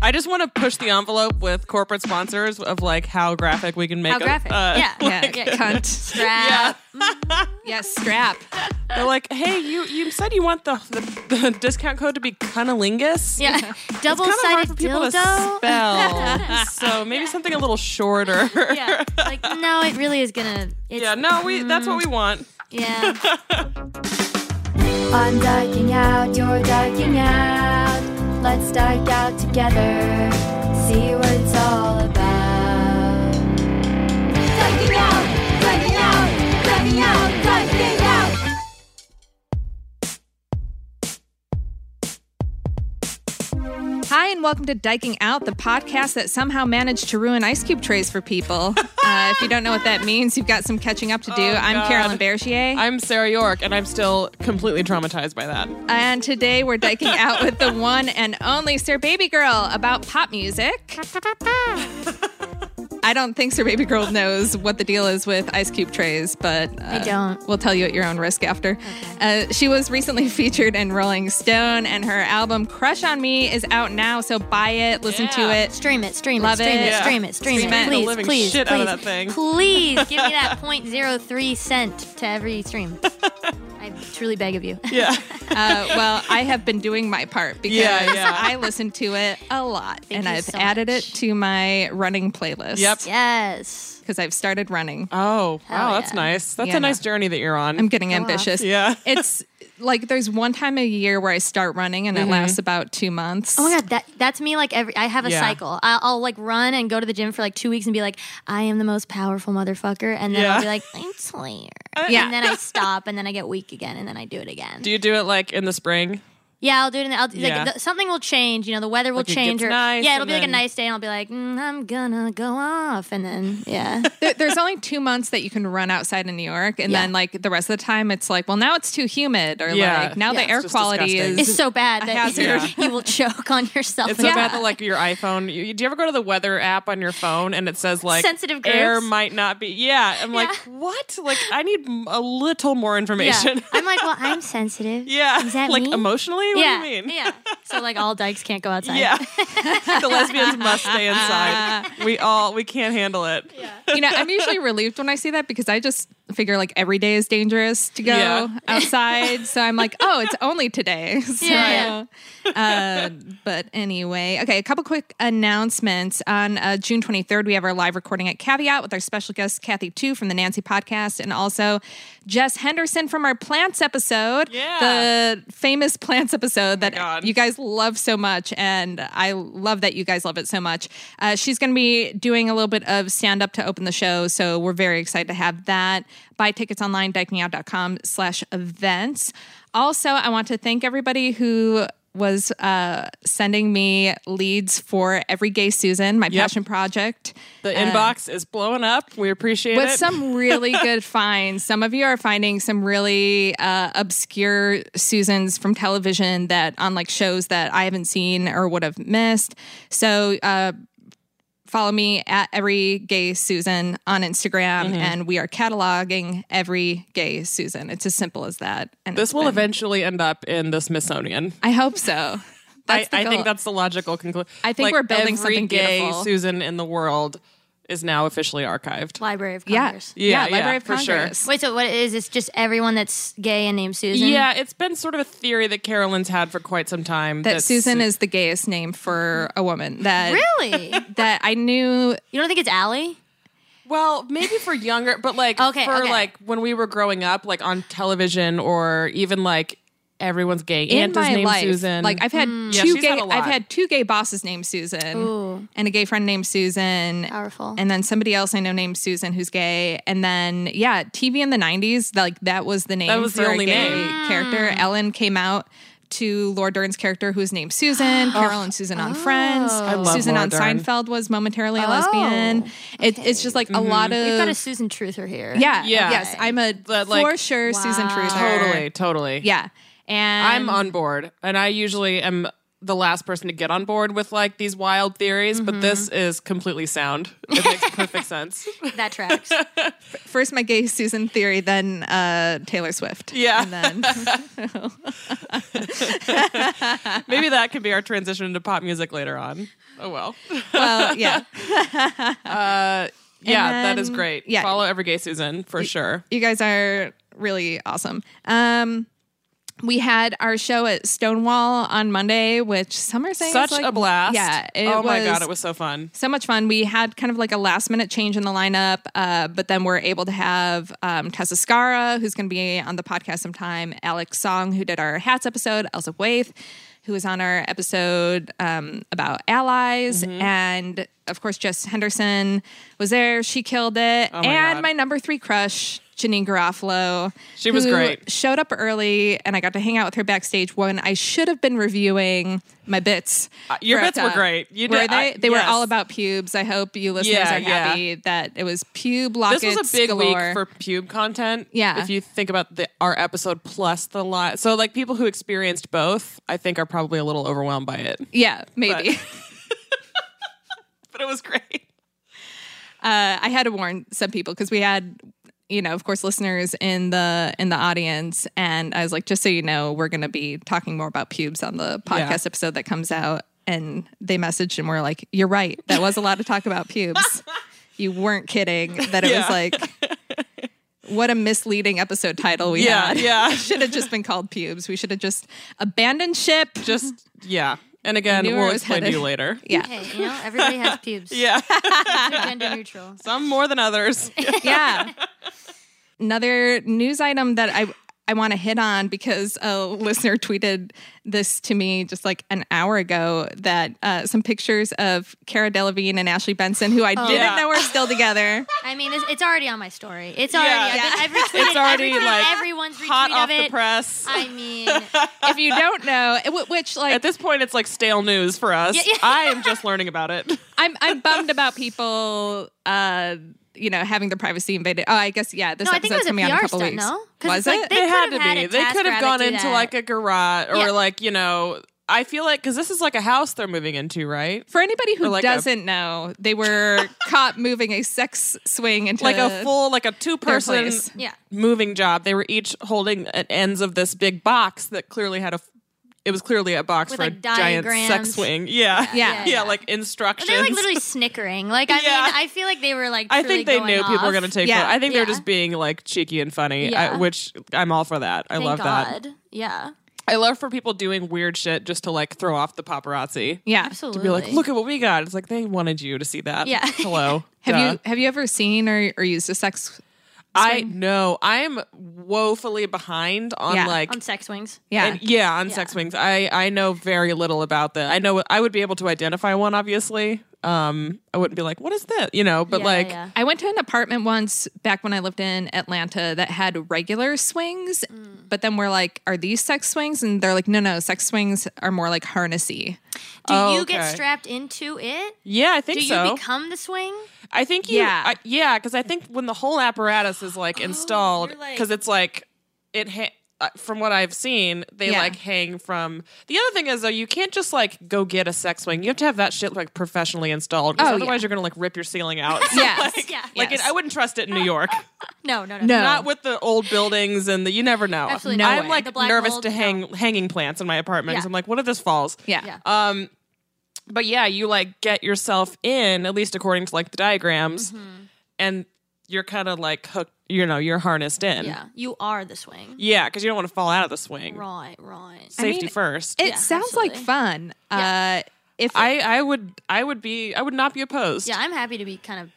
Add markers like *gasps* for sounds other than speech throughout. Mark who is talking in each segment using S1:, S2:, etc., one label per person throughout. S1: I just want to push the envelope with corporate sponsors of like how graphic we can make.
S2: How
S1: them.
S2: graphic.
S1: Uh,
S2: yeah, *laughs*
S1: like-
S2: yeah, yeah. Cunt. Strap. Mm, yeah, strap.
S1: *laughs* They're like, hey, you you said you want the the, the discount code to be cunnilingus.
S2: *laughs* *laughs* Yeah.
S1: It's kind
S2: Double
S1: of hard for
S2: sided
S1: people
S2: dildo.
S1: to spell.
S2: *laughs*
S1: so maybe something a little shorter.
S2: yeah. Like, no, it really is gonna.
S1: *laughs*
S2: It's,
S1: Yeah, no, we that's what we
S2: Mm.
S1: want.
S2: *laughs* Yeah.
S3: I'm ducking out, you're ducking out. Let's duck out together, see what it's all about. Ducking out, ducking out, ducking out, ducking out.
S4: Hi, and welcome to Diking Out, the podcast that somehow managed to ruin ice cube trays
S2: *laughs*
S4: for people. Uh, if you don't know what that means, you've got some catching up to
S2: Oh,
S4: do. I'm
S1: God.
S4: Carolyn Bergier,
S1: I'm Sarah York, and I'm still completely traumatized by
S2: *laughs*
S1: that.
S4: and today we're diking out with the one and only Sir Baby Girl about pop music. I don't think Sir Baby Girl knows what the deal is with ice cube trays, but uh, I
S2: don't.
S4: We'll tell you at your own risk after. Uh, she was recently *laughs* featured in Rolling Stone, and her album Crush on Me is out now. So buy it, listen to
S1: Yeah.
S4: it.
S2: Stream it, stream
S4: Love
S2: it, stream
S4: it.
S2: it,
S4: Yeah.
S2: stream it, stream
S4: Stream
S2: it.
S4: it.
S2: Please,
S1: The living
S2: please,
S1: shit
S2: please,
S1: out of that thing.
S2: please give me *laughs* that point zero three cent to every *laughs* stream. I truly beg of *laughs* you.
S1: Yeah.
S4: uh, well, I have been doing my part
S1: *laughs*
S4: because
S1: Yeah, yeah.
S4: I listen to it a lot, and
S2: you
S4: I've
S2: so
S4: added
S2: much.
S4: it to my running playlist.
S1: Yep.
S2: Yes.
S4: because I've started running.
S1: Oh, wow, that's
S2: yeah.
S1: nice. That's
S4: Yeah,
S1: a nice
S4: no.
S1: journey that you're on.
S4: I'm getting ambitious.
S1: Yeah. *laughs*
S4: it's like there's one time a year where I start running, and
S1: Mm-hmm.
S4: it lasts about two months.
S2: Oh my god, that that's me. Like every, I have a
S1: Yeah.
S2: cycle. I'll, I'll like run and go to the gym for like two weeks and be like, I am the most powerful motherfucker, and then
S1: Yeah. Uh,
S2: I'll be like, I'm tired.
S4: Yeah.
S2: and then
S1: *laughs*
S2: I stop, and then I get weak again, and then I do it again.
S1: Do you do it like in the spring?
S2: yeah, I'll do it. In the, I'll,
S1: Yeah.
S2: like, the, something will change. You know, the weather will
S1: it
S2: change,
S1: gets
S2: or
S1: nice,
S2: yeah, it'll
S1: and
S2: be like
S1: then-
S2: a nice day, and I'll be like, "Mm, I'm gonna go off, and then
S1: *laughs*
S2: yeah,
S4: There- There's only two months that you can run outside in New York, and
S2: Yeah.
S4: then like the rest of the time, it's like, well, now it's too humid, or
S1: Yeah.
S4: like
S2: Yeah,
S4: now the
S2: it's
S4: air
S1: just
S4: quality
S1: disgusting.
S2: it's
S4: is
S2: so bad that
S4: hazard.
S2: you,
S1: Yeah.
S2: *laughs*
S1: *laughs*
S2: you will choke on yourself.
S1: It's so bad that like your iPhone. You, do you ever go to the weather app on your phone and it says like
S2: Sensitive
S1: air
S2: groups.
S1: might not be? Yeah, I'm like what? Like I need m- a little more information.
S2: Yeah. I'm
S1: *laughs*
S2: like, well, I'm sensitive.
S1: Yeah,
S2: Is that
S1: like
S2: me?
S1: emotionally. What
S2: yeah,
S1: do you mean?
S2: yeah. So like all dykes
S1: *laughs*
S2: can't go outside.
S1: Yeah. the lesbians must stay inside. We all we can't handle it.
S4: you know, I'm usually relieved when I see that because I just figure like every day is dangerous to go
S1: Yeah.
S4: *laughs* outside. So I'm like, oh, it's only today. *laughs* So,
S2: Yeah.
S4: uh, but anyway, okay, a couple quick announcements. On uh, June 23rd, we have our live recording at Caveat with our special guest, Kathy Tu from the Nancy podcast, and also Jess Henderson from our plants episode.
S1: Yeah.
S4: The famous plants episode that
S1: God.
S4: you guys love so much, and I love that you guys love it so much. Uh, she's going to be doing a little bit of stand up to open the show, so we're very excited to have that. Buy tickets online, dikingout.com slash events. Also, I want to thank everybody who was uh, sending me leads for Every Gay Susan, my passion project.
S1: The inbox is blowing up. We appreciate
S4: With
S1: it. *laughs*
S4: some really good finds. Some of you are finding some really uh, obscure Susans from television that on like shows that I haven't seen or would have missed. So uh, follow me at every gay Susan on Instagram,
S1: Mm-hmm.
S4: and we are cataloging every gay Susan. It's as simple as that. And
S1: this
S4: it's
S1: will
S4: been-
S1: eventually end up in the Smithsonian.
S4: I hope so.
S1: I,
S4: That's the
S1: I think
S4: goal.
S1: that's the logical conclusion.
S4: I think we're building
S1: every
S4: something
S1: gay
S4: beautiful.
S1: Susan in the world is now officially archived.
S2: Library of
S4: yeah,
S2: Congress.
S4: yeah,
S1: Yeah,
S4: Library
S1: yeah,
S4: of
S1: for sure.
S4: Congress.
S2: Wait, so what is this? Just everyone that's gay and named Susan?
S1: Yeah, it's been sort of a theory that Carolyn's had for quite some time
S4: That Susan is the gayest name for a woman. That
S2: Really?
S4: that I knew
S2: you don't think it's Allie?
S1: Well, maybe for younger, but like
S2: Okay,
S1: for
S2: okay.
S1: like when we were growing up, like on television or even like everyone's gay
S4: in
S1: aunt is
S4: my
S1: named
S4: life.
S1: Susan.
S4: Like I've had
S1: Hmm. Yeah,
S4: two
S1: she's
S4: gay
S1: had a lot.
S4: I've had two gay bosses named Susan
S2: Ooh.
S4: and a gay friend named Susan.
S2: Powerful.
S4: And then somebody else I know named Susan who's gay. And then yeah, TV in the nineties, like that was the name
S1: That was the
S4: for
S1: only
S4: a gay
S1: name.
S4: character. Ellen came out to Laura Dern's character, who is named
S1: *gasps*
S4: Susan. Carol and Susan on Friends.
S1: Oh. love
S4: Susan
S1: Laura
S4: on
S1: Dern. Oh.
S4: Seinfeld was momentarily a lesbian. It, It's just like a lot of.
S2: We've got a Susan Truther here.
S4: yeah,
S1: Mm-hmm. Yeah.
S4: Yes, I'm a
S1: But, like-
S4: for sure Susan Truther.
S1: Totally, totally.
S4: Yeah. And
S1: I'm on board, and I usually am the last person to get on board with like these wild theories, but this
S4: Mm-hmm.
S1: is completely sound. It
S4: *laughs*
S1: makes perfect sense.
S2: *laughs* That tracks.
S4: first my gay Susan theory, then uh, Taylor Swift.
S1: Yeah.
S4: And then
S1: Maybe that could be our transition into pop music later on. Oh well. *laughs*
S4: well, yeah.
S1: Yeah,
S4: And
S1: that is
S4: then-
S1: great.
S4: yeah.
S1: Follow Every Gay Susan for sure.
S4: You guys are really awesome. Um we had our show at Stonewall on Monday, which some are saying is
S1: Such
S4: like-
S1: a blast.
S4: Yeah, it
S1: oh my
S4: was-
S1: god, it was so fun.
S4: so much fun. We had kind of like a last minute change in the lineup, uh, but then we're able to have um, Tessa Scara, who's going to be on the podcast sometime, Alex Song, who did our hats episode, Elsa Waith, who was on our episode um, about allies,
S1: Mm-hmm.
S4: and of course, Jess Henderson was there. She killed it.
S1: Oh my
S4: and
S1: God.
S4: my number three crush, Janine Garofalo.
S1: She was
S4: who
S1: great.
S4: Showed up early, and I got to hang out with her backstage when I should have been reviewing my bits.
S1: Uh, your
S4: for
S1: bits were
S4: Epcot.
S1: great. You
S4: Were
S1: did-
S4: they?
S1: I-
S4: they were
S1: yes.
S4: all about about pubes. I hope you listeners
S1: Yeah,
S4: are
S1: yeah.
S4: happy that it was pube lockets.
S1: This was a big
S4: galore.
S1: week for pube content.
S4: Yeah.
S1: If you think about the, our episode plus the lot. So, like, people who experienced both, I think, are probably a little overwhelmed by it. *laughs*
S4: yeah, maybe.
S1: But it was great.
S4: *laughs* Uh, I had to warn some people because we had, you know, of course, listeners in the in the audience, and I was like, just so you know, we're going to be talking more about pubes on the podcast
S1: Yeah.
S4: episode that comes out. And they messaged and were like, "You're right. That was a lot of talk
S1: *laughs*
S4: about pubes. you weren't kidding. That it
S1: Yeah.
S4: was
S1: *laughs*
S4: like." What a misleading episode title we
S1: Yeah,
S4: had. *laughs*
S1: yeah.
S4: should have just been called pubes. We should have just abandoned ship.
S1: Just, yeah. And again,
S4: knew where
S1: we'll
S4: it was
S1: explain to
S4: headed.
S1: you later.
S4: *laughs* Yeah.
S2: Hey, you know, everybody has pubes.
S1: Yeah.
S2: *laughs* They're gender neutral.
S1: Some more than
S4: *laughs*
S1: others.
S4: yeah. Another news item that I I want to hit on because a listener tweeted this to me just like an hour ago that uh, some pictures of Cara Delevingne and Ashley Benson, who I
S2: Oh,
S4: didn't
S1: Yeah.
S4: know were still together.
S2: I mean, it's, it's already on my story. It's already.
S1: Yeah.
S2: I've, been- I've retweeted,
S1: It's already
S2: I've retweeted
S1: like
S2: everyone's retweet
S1: hot
S2: of
S1: off
S2: it.
S1: the press.
S2: I
S1: *laughs*
S2: mean, yeah,
S4: if you don't know, it- wh- which like
S1: At this point, it's like stale news for us.
S2: Yeah, yeah.
S1: I am just learning about it. *laughs*
S4: I'm I'm bummed about people. Uh, you know, having their privacy invaded. Oh, I guess yeah. This
S2: No, I think it
S4: episode's
S2: was a
S4: coming out in a
S2: PR
S4: couple
S2: stunt,
S4: weeks.
S2: no? 'Cause
S4: Was
S2: it's like
S4: it?
S2: they-
S1: They, had
S2: could
S1: to
S2: have had
S1: be.
S2: a
S1: They
S2: task
S1: could have
S2: rabbit
S1: gone
S2: do
S1: into
S2: that.
S1: like a garage or
S2: Yeah.
S1: like, you know, I feel like, because this is like a house they're moving into, right?
S4: For anybody who
S1: Or like a-
S4: doesn't know,
S1: *laughs*
S4: they were caught moving a sex swing into
S1: Like a full, like a two person
S4: place.
S1: moving job. They were each holding at ends of this big box that clearly had a. f- It was clearly a box
S2: With,
S1: for a
S2: like,
S1: giant sex
S2: diagrams.
S1: swing. Yeah.
S4: Yeah.
S1: Yeah,
S4: Yeah,
S1: like instructions.
S2: they were like literally snickering. Like I
S1: Yeah.
S2: mean, I feel like they were like.
S1: I
S2: truly
S1: think they
S2: going
S1: knew people were
S2: off.
S1: going to take
S4: Yeah.
S1: photo- I think they were
S2: Yeah.
S1: just being like cheeky and funny,
S2: Yeah.
S1: I, which I'm all for that. I
S2: Thank
S1: love that.
S2: God. Yeah,
S1: I love for people doing weird shit just to like throw off the paparazzi.
S4: Yeah.
S2: absolutely.
S1: To be like, look at what we got. It's like they wanted you to see that.
S2: Yeah.
S1: *laughs*
S2: *laughs*
S1: Hello.
S4: Have
S1: Duh.
S4: you have you ever seen or, or used a sex?
S1: I know. I am woefully behind on
S4: Yeah.
S1: like
S2: on sex wings.
S4: Yeah,
S1: And- yeah, on sex wings. I I know very little about that. I know I would be able to identify one, obviously. Um, I wouldn't be like, what is this? You know, but
S2: Yeah,
S1: like,
S2: yeah.
S4: I went to an apartment once back when I lived in Atlanta that had regular swings,
S1: Mm.
S4: but then we're like, are these sex swings? And they're like, no, no, sex swings are more like harnessy.
S2: Do
S1: Oh,
S2: you get
S1: okay.
S2: strapped into it?
S1: yeah, I think
S2: Do you
S1: so.
S2: become the swing?
S1: I think you,
S4: Yeah.
S1: I, yeah, because I think when the whole apparatus is
S2: *gasps*
S1: like installed,
S2: Oh, you're like-
S1: because it's like it. Ha- uh, from what I've seen, they
S4: Yeah.
S1: like hang from. The other thing is though, you can't just like go get a sex swing. You have to have that shit like professionally installed. 'cause
S4: Oh,
S1: otherwise,
S4: yeah.
S1: you're gonna *laughs* like rip your ceiling out.
S4: Yes.
S2: *laughs* Yeah.
S1: *laughs* Like
S4: Yes.
S1: it, I wouldn't trust
S2: *laughs*
S1: it in New York.
S2: No, no, no.
S4: No.
S1: Not with the old buildings and the you never know.
S2: Absolutely
S4: No
S1: I'm
S4: way.
S1: like
S2: The black
S1: nervous
S2: mold,
S1: to hang hanging plants in my apartment 'cause
S2: Yeah.
S1: I'm like, what if this falls?
S4: Yeah.
S2: Yeah.
S1: Um, but yeah, you like get yourself in at least according to like the diagrams,
S2: Mm-hmm.
S1: and you're kind of like hooked. You know, you're harnessed in.
S2: Yeah. You are the swing.
S1: Yeah, because you don't want to fall out of the swing.
S2: Right, right.
S1: Safety
S4: mean,
S1: first.
S4: It
S2: Yeah,
S4: sounds like
S2: absolutely.
S4: fun. Uh, if
S1: I I would I would be I would not be opposed.
S2: Yeah, I'm happy to be kind of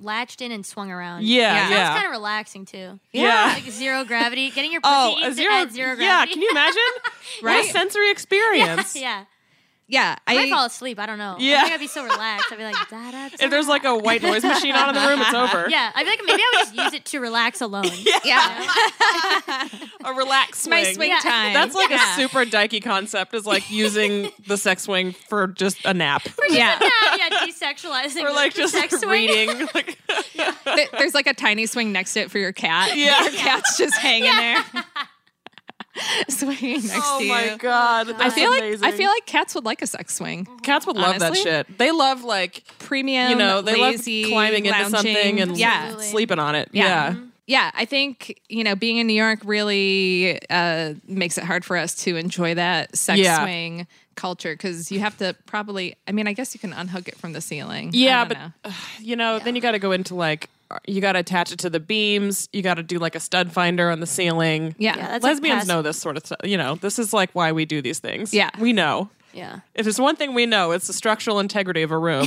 S2: latched in and swung around.
S1: Yeah,
S2: It
S1: yeah.
S2: sounds kind of relaxing too.
S1: Yeah. *laughs*
S2: Like zero gravity. Getting your pussy
S1: Oh,
S2: oh,
S1: a
S2: zero,
S1: zero.
S2: zero *laughs*
S1: yeah,
S2: gravity.
S1: can you imagine?
S2: *laughs*
S4: Right?
S1: What a sensory experience.
S2: yeah.
S4: yeah,
S2: I
S4: I
S2: might fall asleep. I don't know.
S1: Yeah.
S2: I think I'd be so relaxed. I'd be like, da da.
S1: If there's like a white noise machine on in the room, it's over.
S2: *laughs* yeah, I'd be like, maybe I would just use it to
S1: *laughs*
S2: relax alone.
S4: yeah,
S1: A relaxed
S4: it's my
S1: swing.
S4: swing
S2: Yeah.
S4: time.
S1: That's like
S4: yeah.
S1: a super dykey concept is like using the sex swing for just a nap.
S4: yeah.
S2: *laughs* yeah, yeah, desexualizing.
S1: Or like just *laughs*
S2: sex swing.
S1: reading. Like,
S4: Th- *laughs* There's like a tiny swing next to it for your
S1: *laughs*
S4: cat.
S1: Yeah.
S4: your cat's just hanging
S1: *laughs*
S4: there, *laughs* swinging next
S1: oh
S4: to you.
S1: my god.
S4: I
S1: that's
S4: feel
S1: amazing.
S4: like I feel like cats would like a sex swing.
S1: cats would love
S4: honestly.
S1: that shit. They love like
S4: Premium,
S1: you know, they
S4: lazy,
S1: love climbing into
S4: lounging.
S1: something and
S4: yeah,
S1: sleeping on it.
S4: Yeah. Mm-hmm.
S1: Yeah.
S4: yeah. I think you know, being in New York really uh, makes it hard for us to enjoy that sex
S1: Yeah.
S4: swing culture because you have to probably. I mean, I guess you can unhook it from the ceiling.
S1: Yeah,
S4: I don't
S1: but uh,
S4: know.
S1: ugh, you know, then you got to go into like you got to attach it to the beams. You got to do like a stud finder on the ceiling.
S4: yeah,
S2: Yeah, that's like
S1: lesbians
S2: past-
S1: know this sort of stuff. You know, this is like why we do these things.
S4: Yeah.
S1: we know.
S2: Yeah.
S1: If there's one thing we know, it's the structural integrity of a room.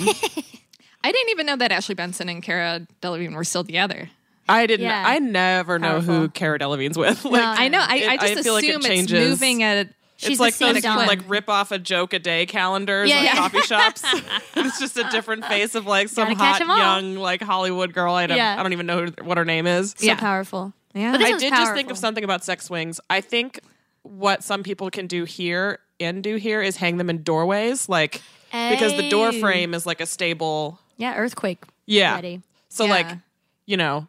S4: I didn't even know that Ashley Benson and Cara Delevingne were still together.
S1: I didn't.
S2: Yeah.
S1: I never know who
S2: Powerful.
S1: Cara Delevingne's with. *laughs* Like,
S4: I know. I,
S1: It-
S4: I just
S1: I feel
S4: assume
S1: like it
S4: it's
S1: changes.
S4: moving at.
S2: She's
S1: it's like
S2: the same
S1: those
S2: Dawn.
S1: like rip off a joke a day calendars
S2: Yeah,
S1: at
S2: yeah.
S1: coffee
S2: *laughs*
S1: shops. *laughs* it's just a different face of like some
S2: Gotta catch
S1: hot
S2: 'em all.
S1: young like Hollywood girl. I don't,
S2: Yeah.
S1: I don't even know who, what her name is.
S2: So
S4: Yeah.
S2: powerful.
S1: *laughs*
S4: Yeah.
S2: But this
S1: I
S2: one's
S1: did just think
S2: powerful.
S1: of something about sex swings. I think what some people can do here and do here is hang them in doorways, like because the door
S2: Hey.
S1: frame is like a stable.
S2: Yeah, earthquake.
S1: Yeah.
S2: Ready.
S1: So
S4: Yeah.
S1: like, you know,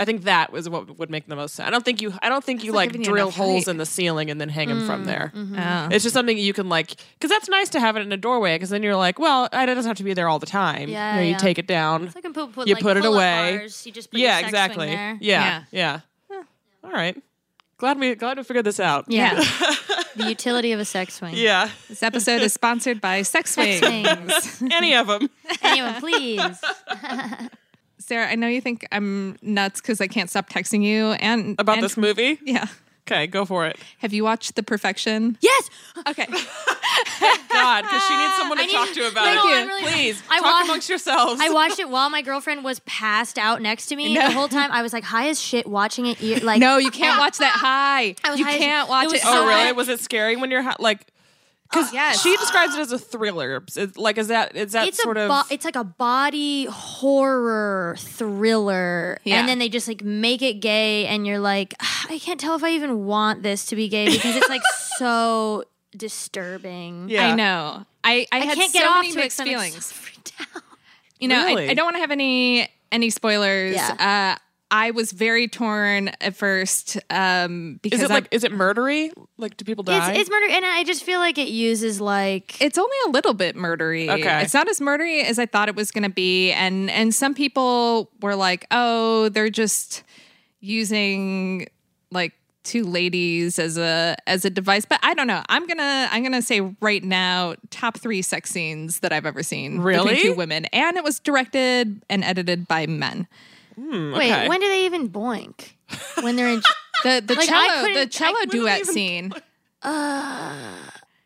S1: I think that was what would make the most sense. I don't think you. I don't think you
S4: not
S1: like
S4: giving you
S1: drill
S4: enough
S1: holes
S4: height.
S1: in the ceiling and then hang them
S2: Mm,
S1: from there.
S2: mm-hmm.
S4: Oh.
S1: It's just something you can like, because that's nice to have it in a doorway. Because then you're like, well, I- it doesn't have to be there all the time.
S2: Yeah,
S1: you, know, you
S2: yeah.
S1: take it down.
S2: It's like when people put
S1: You
S2: like,
S1: put it
S2: pull-up
S1: away.
S2: Bars, you just put your
S1: yeah,
S2: sex
S1: exactly.
S2: Swing there.
S1: Yeah, yeah. All right. Glad we glad we figured this out.
S2: Yeah.
S1: *laughs*
S2: the utility of a sex swing. *laughs*
S1: Yeah.
S4: This episode is sponsored by Sex Wings.
S2: Swings.
S1: Any of them.
S2: Anyone,
S1: *laughs*
S2: please.
S4: Sarah, I know you think I'm nuts because I can't stop texting you and
S1: About
S4: and-
S1: this movie?
S4: *laughs* Yeah.
S1: Okay, go for it.
S4: Have you watched The Perfection?
S2: Yes.
S4: Okay.
S1: God, because she needs someone to
S2: I need-
S1: talk
S2: *laughs*
S1: to about
S2: No,
S1: it.
S2: no, I'm really-
S1: Please,
S2: I
S1: talk
S2: wa-
S1: amongst yourselves.
S2: I watched it while my girlfriend was passed out next
S1: *laughs*
S2: to me the whole time. I was like high as shit watching it. ear- Like
S4: No,
S2: *laughs*
S4: you can't watch that high.
S2: I was
S4: You
S2: high as-
S4: can't
S2: it
S4: watch
S2: was
S4: it.
S2: so
S1: oh, really?
S2: high.
S1: Was it scary when you're ha- like?
S2: Oh,
S1: Because
S4: yes.
S1: she describes it as a thriller. It's, like, is that is that
S2: it's
S1: sort
S2: a
S1: of?
S2: bo- it's like a body horror thriller,
S4: Yeah.
S2: and then they just like make it gay, and you're like, "Ah, I can't tell if I even want this to be gay because it's
S4: *laughs*
S2: like so disturbing.
S1: yeah.
S4: I know. I, I,
S2: I
S4: had
S2: can't get
S4: so
S2: off
S4: many
S2: to it
S4: mixed
S2: 'cause I'm, like, so
S4: feelings. you know, I-
S1: Really?
S4: I, don't want to have any any spoilers.
S2: Yeah.
S4: Uh, I was very torn at first um, because
S1: Is it
S4: I-
S1: like is it murdery? Like, do people die?
S2: It's, it's murder, and I just feel like it uses like
S4: it's only a little bit murdery.
S1: Okay.
S4: It's not as murdery as I thought it was going to be, and and some people were like, oh, they're just using like two ladies as a as a device. But I don't know. I'm gonna I'm gonna say right now, top three sex scenes that I've ever seen
S1: Really?
S4: between two women, and it was directed and edited by men. Mm,
S2: wait,
S1: okay.
S2: when do they even boink? When they're
S4: *laughs*
S2: in.
S4: The the
S2: Like, I
S4: cello
S2: couldn't- I
S4: the cello
S1: couldn't
S4: duet
S1: even-
S4: scene.
S2: uh,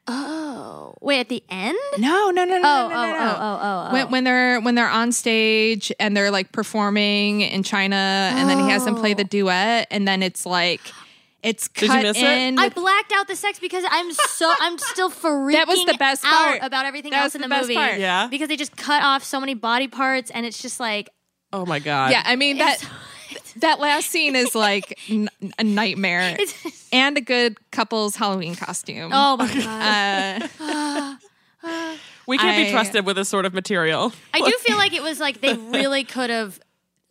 S2: Oh wait, at the end?
S4: No, no, no, no,
S2: Oh,
S4: no, no,
S2: oh,
S4: no.
S2: oh, oh, oh, oh.
S4: When, when they're when they're on stage and they're like performing in China, and then he has them
S2: Oh.
S4: play the duet, and then it's like it's
S1: you
S4: cut
S1: miss it?
S4: in.
S2: I
S4: with-
S2: blacked out the sex because I'm so I'm still freaking
S4: *laughs* That was the best
S2: out
S4: part.
S2: about everything
S4: That was
S2: else in
S4: the
S2: the,
S4: best
S2: movie.
S4: part.
S1: Yeah.
S2: because they just cut off so many body parts, and it's just like
S1: oh my god.
S4: yeah, I mean that that last scene
S2: *laughs*
S4: is like n- a nightmare,
S2: It's-
S4: and a good couple's Halloween costume.
S2: oh my god.
S4: Uh,
S1: we can't be
S4: I-
S1: trusted with this sort of material. *laughs*
S2: I do feel like it was like they really could have.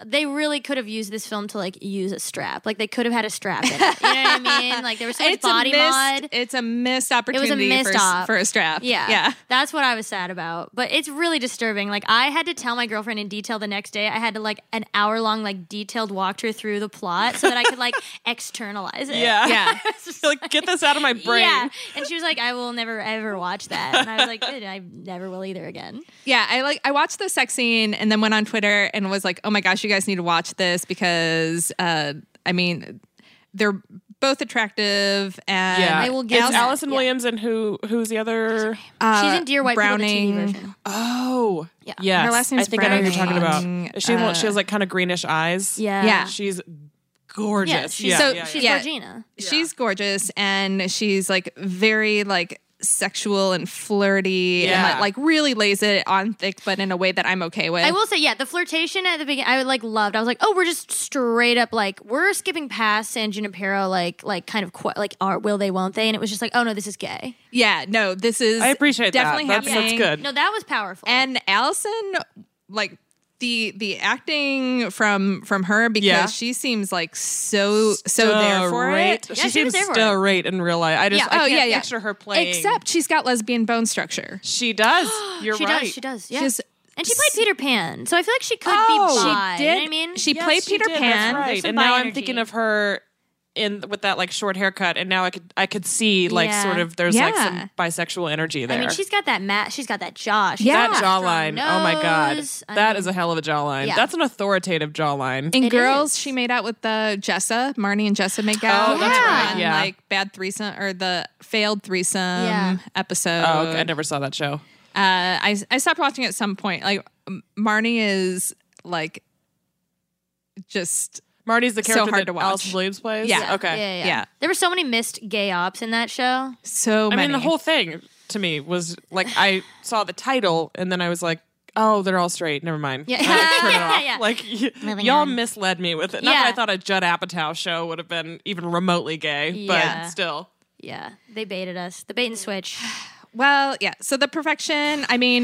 S2: They really could have used this film to like use a strap. Like they could have had a strap in it. You know what I mean? Like there was so much
S4: *laughs* it's
S2: body
S4: a missed,
S2: mod.
S4: It's a missed opportunity
S2: missed
S4: for, s-
S2: op.
S4: for a strap.
S2: Yeah.
S4: yeah.
S2: That's what I was sad about. But it's really disturbing. Like I had to tell my girlfriend in detail the next day. I had to like an hour long like detailed walked her through the plot so that I could
S4: *laughs*
S2: like externalize it.
S1: Yeah.
S4: Yeah.
S1: like, get this out of my brain.
S2: *laughs* Yeah. And she was like, I will never ever watch that. And I was like, good, I never will either again.
S4: Yeah, I like I watched the sex scene and then went on Twitter and was like, "Oh my gosh, you guys need to watch this because uh I mean, they're both attractive and
S1: Yeah.
S2: I will
S4: get
S2: give
S1: It's
S2: that.
S1: Allison
S2: Yeah.
S1: Williams and who who's the other?
S2: She's in Dear White
S4: Uh, Browning. Uh,
S2: People, the TV version.
S1: Oh, yeah.
S4: Her last name's
S1: I think I know who you're talking
S4: Browning.
S1: about. Is She
S4: Uh,
S1: she has like kind of greenish eyes.
S2: Yeah.
S4: Yeah.
S1: She's gorgeous.
S2: Yeah, she's,
S4: So
S2: she's
S4: yeah.
S2: Georgina.
S4: She's gorgeous and she's like very like sexual and flirty and
S1: Yeah.
S4: like, like really lays it on thick, but in a way that I'm okay with.
S2: I will say, yeah, the flirtation at the beginning, I like loved. I was like, oh, we're just straight up like we're skipping past San Junipero, like like kind of qu- like are will they, won't they? And it was just like, oh no, this is gay.
S4: yeah, no, this is
S1: I appreciate
S4: definitely
S1: that. That's, that's
S4: happening.
S1: good.
S2: No, that was powerful.
S4: and Allison like the the acting from from her because
S1: Yeah.
S4: she seems like so so there for it.
S1: Straight.
S2: Yeah,
S1: She
S2: she
S1: seems
S2: was there for it.
S1: straight in real life. I just
S4: Yeah.
S1: I
S4: Oh,
S1: can't
S4: yeah, yeah.
S1: picture her playing.
S4: Except she's got lesbian bone structure.
S1: she does.
S2: *gasps*
S1: You're
S2: she
S1: right.
S2: does, she does, yeah.
S4: She's-
S2: and she played Peter Pan, so I feel like she could
S4: Oh,
S2: be bi.
S4: she
S2: you know
S4: did.
S2: what I mean,
S4: She
S1: Yes,
S4: played
S1: she
S4: Peter
S1: did. That's
S4: Pan.
S2: There's
S1: right.
S2: some
S1: And now
S2: bi
S1: I'm
S2: energy.
S1: thinking of her in with that like short haircut, and now I could I could see like
S2: Yeah.
S1: sort of there's like
S4: Yeah.
S1: some bisexual energy there.
S2: I mean, she's got that mat, she's got that jaw, she's
S4: Yeah.
S2: got
S1: that jawline.
S2: strong
S1: Oh my god,
S2: nose. I
S1: that
S2: mean-
S1: is a hell of a jawline.
S2: Yeah.
S1: That's an authoritative jawline.
S4: In
S2: It
S4: girls,
S2: is.
S4: she made out with the Jessa, Marnie and Jessa make out.
S1: Oh, that's
S2: right,
S4: on,
S1: yeah.
S4: like bad threesome or the failed threesome
S2: Yeah.
S4: episode.
S1: oh, okay. I never saw that show.
S4: uh, I I stopped watching at some point. Like M- Marnie is like just
S1: Marty's the
S4: So
S1: character
S4: hard
S1: that
S4: to watch.
S1: Alice Williams plays.
S4: Yeah.
S1: Okay.
S2: Yeah, yeah,
S4: Yeah.
S2: There were so many missed gay ops in that show.
S4: so.
S1: I
S4: many.
S1: mean, the whole thing to me was like
S2: *laughs*
S1: I saw the title and then I was like, "Oh, they're all straight. Never mind."
S2: Yeah.
S1: I, *laughs* like,
S2: *laughs*
S1: turned it
S2: Yeah,
S1: off.
S2: yeah.
S1: Like y-
S2: Moving
S1: y'all
S2: on.
S1: misled me with it. Not that
S2: Yeah.
S1: I thought a Judd Apatow show would have been even remotely gay,
S2: Yeah.
S1: but still.
S2: Yeah, they baited us. The bait and switch.
S4: well, yeah. So the perfection. I mean,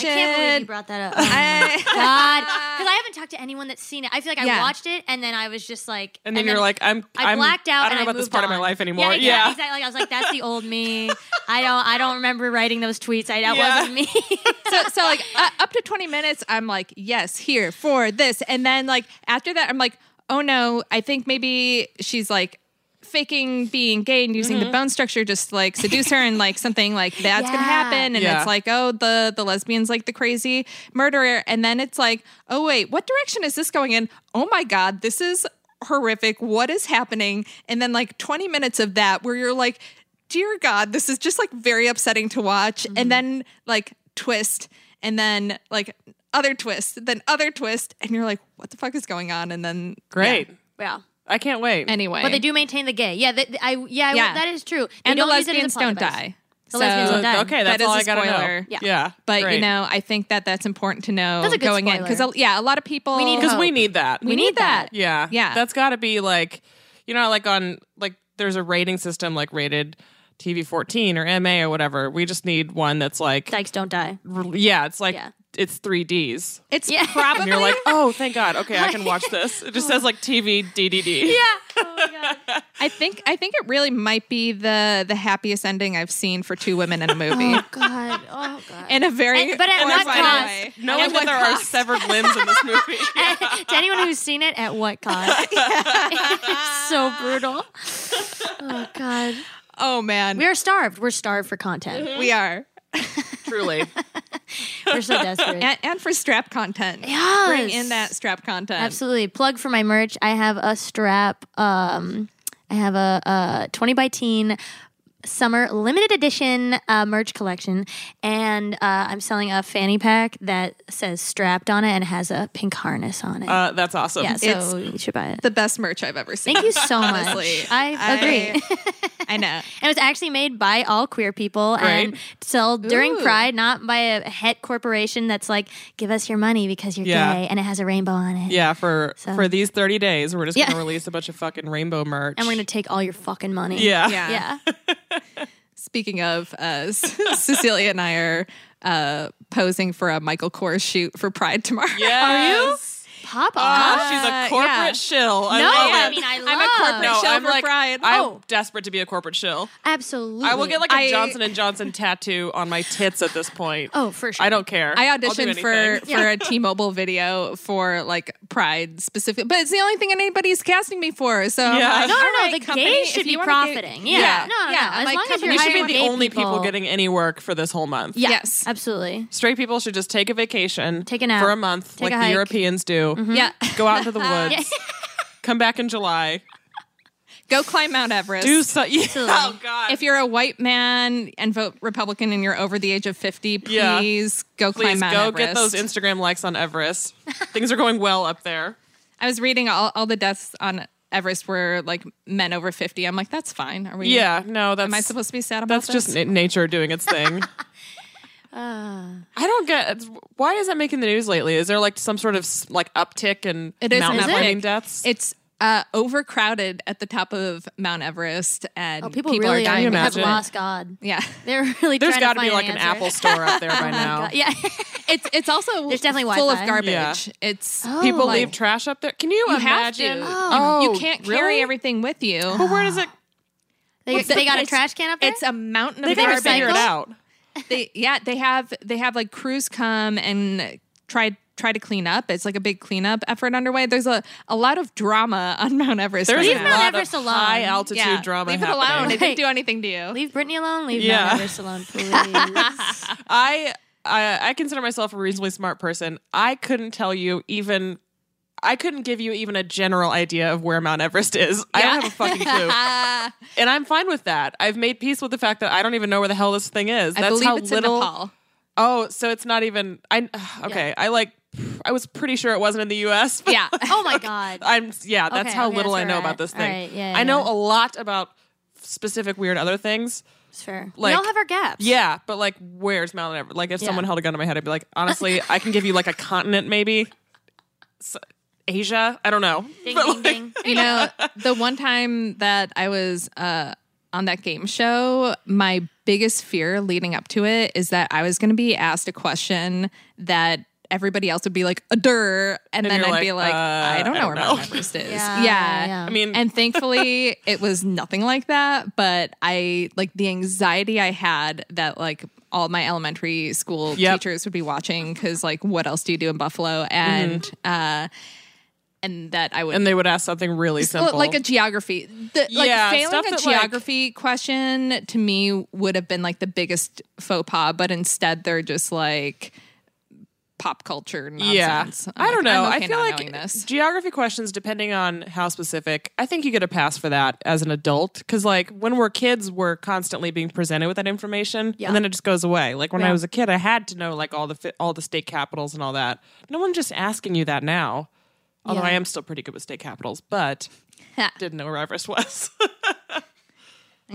S2: *laughs* I can't believe you
S4: it.
S2: brought that up.
S1: *laughs*
S2: Oh my God, because I haven't talked to anyone that's seen it. I feel like I
S4: Yeah.
S2: watched it and then I was just like,
S1: And then you're like, "I'm
S2: I
S1: I'm-
S2: blacked out.
S1: I don't
S2: and
S1: know about this
S2: moved
S1: part of my
S2: on.
S1: life anymore."
S2: Yeah, yeah, exactly. I was like, that's the
S1: *laughs*
S2: old me. I don't, I don't remember writing those tweets. I that
S1: Yeah. *laughs*
S2: wasn't me.
S4: *laughs*
S2: *laughs*
S4: So, so like uh, up to twenty minutes, I'm like, yes, here for this, and then like after that, I'm like, oh no, I think maybe she's like faking being gay and using the bone structure just to, like seduce her and like something like that's gonna
S2: Mm-hmm. Yeah.
S4: happen and
S1: Yeah.
S4: it's like oh the the lesbian's like the crazy murderer and then it's like oh wait what direction is this going in oh my god this is horrific what is happening and then like 20 minutes of that where you're like dear god this is just like very upsetting to watch
S2: Mm-hmm.
S4: and then like twist and then like other twist then other twist and you're like what the fuck is going on and then
S1: Great.
S2: Wow.
S1: I can't wait.
S4: anyway
S2: But they do maintain the gay. Yeah, they, I yeah, I-
S4: Yeah.
S2: that is true. They
S4: and the
S2: don't use it as a
S4: lesbians
S2: plot
S4: don't
S2: device.
S4: die.
S2: The lesbians
S1: Uh,
S2: don't die.
S1: okay, that's
S4: is
S1: all
S4: a
S1: I gotta know.
S4: spoiler.
S2: Yeah.
S4: But you know, I think that that's important to know
S2: That's a good
S4: going in
S2: spoiler.
S4: because yeah, a lot of people
S2: oh. We need
S1: because we
S2: hope.
S1: need that.
S4: we need that.
S1: Yeah.
S4: Yeah.
S1: That's got to be like, you know, like on, like, there's a rating system like rated TV 14 or MA or whatever. We just need one that's like,
S2: Dykes don't die.
S1: r- yeah, it's like,
S2: Yeah.
S1: it's 3Ds.
S4: It's
S2: Yeah.
S1: And
S4: *laughs* probably
S1: you're like, oh, thank God. Okay, I can watch this. It just says like TV DDD.
S2: *laughs*
S1: *laughs*
S2: Yeah. Oh my god.
S4: I think I think it really might be the the happiest ending I've seen for two women in
S2: *laughs*
S4: a movie.
S2: Oh god. Oh god.
S4: in a very
S2: And- but at what
S4: horrifying
S2: cost?
S4: way.
S1: No
S4: At
S1: one that
S4: what
S1: there are
S4: cost?
S1: severed limbs in this movie. Yeah.
S2: *laughs* to anyone who's seen it, at what *laughs* cost? *laughs* so brutal. Oh God,
S4: *laughs* Oh man.
S2: we are starved. We're starved for content.
S4: We are.
S1: Truly.
S2: We're *laughs* so desperate.
S4: And, and for strap content.
S2: Yes.
S4: Bring in that strap content.
S2: Absolutely. Plug for my merch. I have a strap. Um, I have a, uh 20 by teen summer limited edition uh, merch collection. And uh, I'm selling a fanny pack that says strapped on it and has a pink harness on it.
S1: Uh, that's awesome.
S2: yeah, so
S4: it's-
S2: you should buy it.
S4: The best merch I've ever seen. *laughs*
S2: Thank
S1: *laughs*
S2: you so much.
S4: Honestly,
S2: I agree. *laughs*
S4: *laughs* I know.
S2: And it was actually made by all queer people and
S1: Great.
S2: sold during
S4: Ooh.
S2: Pride, not by a het corporation that's like, give us your money because you're
S1: Yeah.
S2: gay and it has a rainbow on it.
S1: Yeah, for
S2: So-
S1: for these 30 days, we're just
S2: Yeah.
S1: going to release a bunch of fucking rainbow merch.
S2: And we're going to take all your fucking money.
S1: Yeah.
S4: Yeah.
S2: Yeah.
S4: Speaking of,
S2: *laughs*
S4: uh, *laughs* Cecilia and I are uh, posing for a Michael Kors shoot for Pride tomorrow.
S1: *laughs* Yes.
S2: Pop off.
S1: Ah, she's
S4: Uh,
S1: a corporate
S4: yeah.
S1: shill. I
S2: No,
S1: love
S2: I
S1: it.
S2: mean I love.
S4: I'm a corporate
S1: no,
S4: shill
S1: I'm
S4: for
S1: like
S4: Pride.
S1: I'm
S2: Oh.
S1: desperate to be a corporate shill.
S2: Absolutely.
S1: I will get like a
S4: I-
S1: Johnson and Johnson tattoo on my tits at this point.
S2: Oh, for sure.
S1: I don't care.
S4: I
S1: I'll do
S4: auditioned for
S1: anything.
S4: for a T-Mobile video for like Pride specific, but it's the only thing anybody's casting me for. So I'm
S1: Yeah.
S4: like,
S2: No, no,
S4: all
S2: no.
S4: right,
S2: the
S4: company,
S2: gays
S4: if
S2: should
S4: you
S2: be
S4: wanna get-
S2: profiting. yeah. No, no,
S4: yeah.
S2: no. As
S4: I'm like,
S2: long as
S4: company
S2: you're
S1: You should
S2: hiring
S1: be the
S2: gay
S1: only people.
S2: people
S1: getting any work for this whole month.
S2: Yeah,
S4: Yes.
S2: absolutely.
S1: Straight people should just take a vacation,
S2: Take a nap.
S1: for a month,
S2: Take
S1: like
S2: a
S1: the
S2: hike.
S1: Europeans do.
S4: Yeah,
S2: Hmm?
S1: Go out into the woods. Come back in July.
S4: *laughs* go climb Mount Everest.
S1: Do so. *laughs* Yeah.
S2: Absolutely.
S1: Oh God.
S4: if you're a white man and vote Republican and you're over the age of 50,
S1: Yeah.
S4: please go climb
S1: Please
S4: Mount
S1: go
S4: Everest.
S1: get those Instagram likes on Everest. Things are going well up there.
S4: I was reading all, all the deaths on Everest were like men over 50. I'm like, that's fine. Are we?
S1: Yeah, no, that's
S4: Am I supposed to be sad about
S1: that's
S4: this?
S1: just na- nature doing its thing.
S4: *laughs*
S1: I don't get why is that making the news lately? Is there like some sort of s- like uptick in
S4: It is
S1: mountain
S4: an
S1: climbing
S4: uptick.
S1: deaths?
S4: It's uh, overcrowded at the top of Mount Everest, and
S2: Oh, people,
S4: are
S2: really
S4: dying.
S2: are, have
S1: Imagine.
S2: lost God.
S4: Yeah,
S2: They're *laughs* really
S1: There's
S2: got to
S1: be
S2: find
S1: like an,
S2: answer.
S1: Apple store up
S4: *laughs* Oh
S1: there by now.
S2: God. Yeah. *laughs*
S4: it's it's also
S2: There's definitely
S4: full of
S2: Wi-Fi.
S4: garbage.
S1: Yeah.
S4: It's
S2: Oh,
S1: People
S2: like-
S1: leave trash up there. Can you,
S4: you have to.
S1: imagine?
S4: you,
S1: Oh,
S4: you can't carry
S1: really?
S4: everything with you.
S1: But where does it?
S2: They,
S4: What's the-
S2: they got a
S4: it's-
S2: trash can up there.
S4: It's a mountain of
S1: They gotta
S4: garbage.
S1: figure it
S2: Recycle?
S1: out.
S4: They yeah, they have they have like crews come and try try to clean up. It's like a big cleanup effort underway. There's a, a lot of drama on Mount Everest.
S1: There's
S4: right
S1: a
S4: now.
S1: lot
S2: Everest
S1: of
S2: alone.
S1: high altitude
S4: yeah.
S1: drama
S4: Leave it
S1: happening.
S4: alone. It
S2: Right.
S4: didn't do anything to you.
S2: leave Brittany alone. Leave
S1: Yeah.
S2: Mount
S1: *laughs*
S2: Everest alone, please. Oh
S1: I, I I consider myself a reasonably smart person. I couldn't tell you even. I couldn't give you even a general idea of where Mount Everest is. I don't have a fucking clue,
S2: *laughs*
S1: and I'm fine with that. I've made peace with the fact that I don't even know where the hell this thing is.
S4: I
S1: That's
S4: believe
S1: how
S4: it's
S1: little.
S4: in Nepal.
S1: Oh, so it's not even. I *sighs* okay. I like. I was pretty sure it wasn't in the U.S. but
S4: Yeah.
S2: oh my God.
S1: *laughs* I'm yeah, that's
S2: Okay,
S1: how
S2: okay,
S1: little
S2: that's
S1: I know
S2: where we're
S1: about
S2: at.
S1: this
S2: All
S1: thing.
S2: right, yeah,
S1: I know
S2: yeah.
S1: a lot about specific weird other things.
S2: Sure.
S1: Like-
S2: we all have our gaps.
S1: Yeah, but like where's Mount Everest? Like if
S2: Yeah.
S1: someone held a gun to my head, I'd be like, honestly, I can give you like a continent maybe. S- Asia? I don't know.
S2: Ding,
S1: But,
S2: ding,
S1: like,
S2: ding.
S4: *laughs*
S1: *laughs*
S2: *laughs*
S4: you know, the one time that I was uh, on that game show, my biggest fear leading up to it is that I was going to be asked a question that everybody else would be like, a dur. And, then I'd
S1: you're
S4: be
S1: like,
S4: like,
S1: uh,
S4: I don't
S1: I
S4: know
S1: don't
S4: where
S1: know.
S4: my Everest is.
S2: Yeah, yeah.
S1: I mean,
S4: *laughs* and thankfully, it was nothing like that. But I like the anxiety I had that like all my elementary school
S1: Yep.
S4: teachers would be watching because like what else do you do in Buffalo? And uh, and that I would
S1: Mm-hmm. and they would ask something really
S4: well,
S1: simple.
S4: like a geography. The,
S1: Yeah,
S4: like failing
S1: stuff
S4: a
S1: that, like-
S4: geography question to me would have been like the biggest faux pas, but instead they're just like pop culture nonsense. I'm
S1: I don't
S4: like,
S1: know.
S4: I'm
S1: I
S4: okay
S1: feel
S4: not
S1: like
S4: knowing this.
S1: geography questions, depending on how specific, I think you get a pass for that as an adult. Because like when we're kids, we're constantly being presented with that information,
S2: Yeah.
S1: and then it just goes away. Like when I was a kid, I had to know like all the fi- all the state capitals and all that. No one's just asking you that now. Although
S2: Yeah.
S1: I am still pretty good with state capitals,
S2: *laughs*
S1: but *laughs* didn't know where Everest was. *laughs*
S4: I'm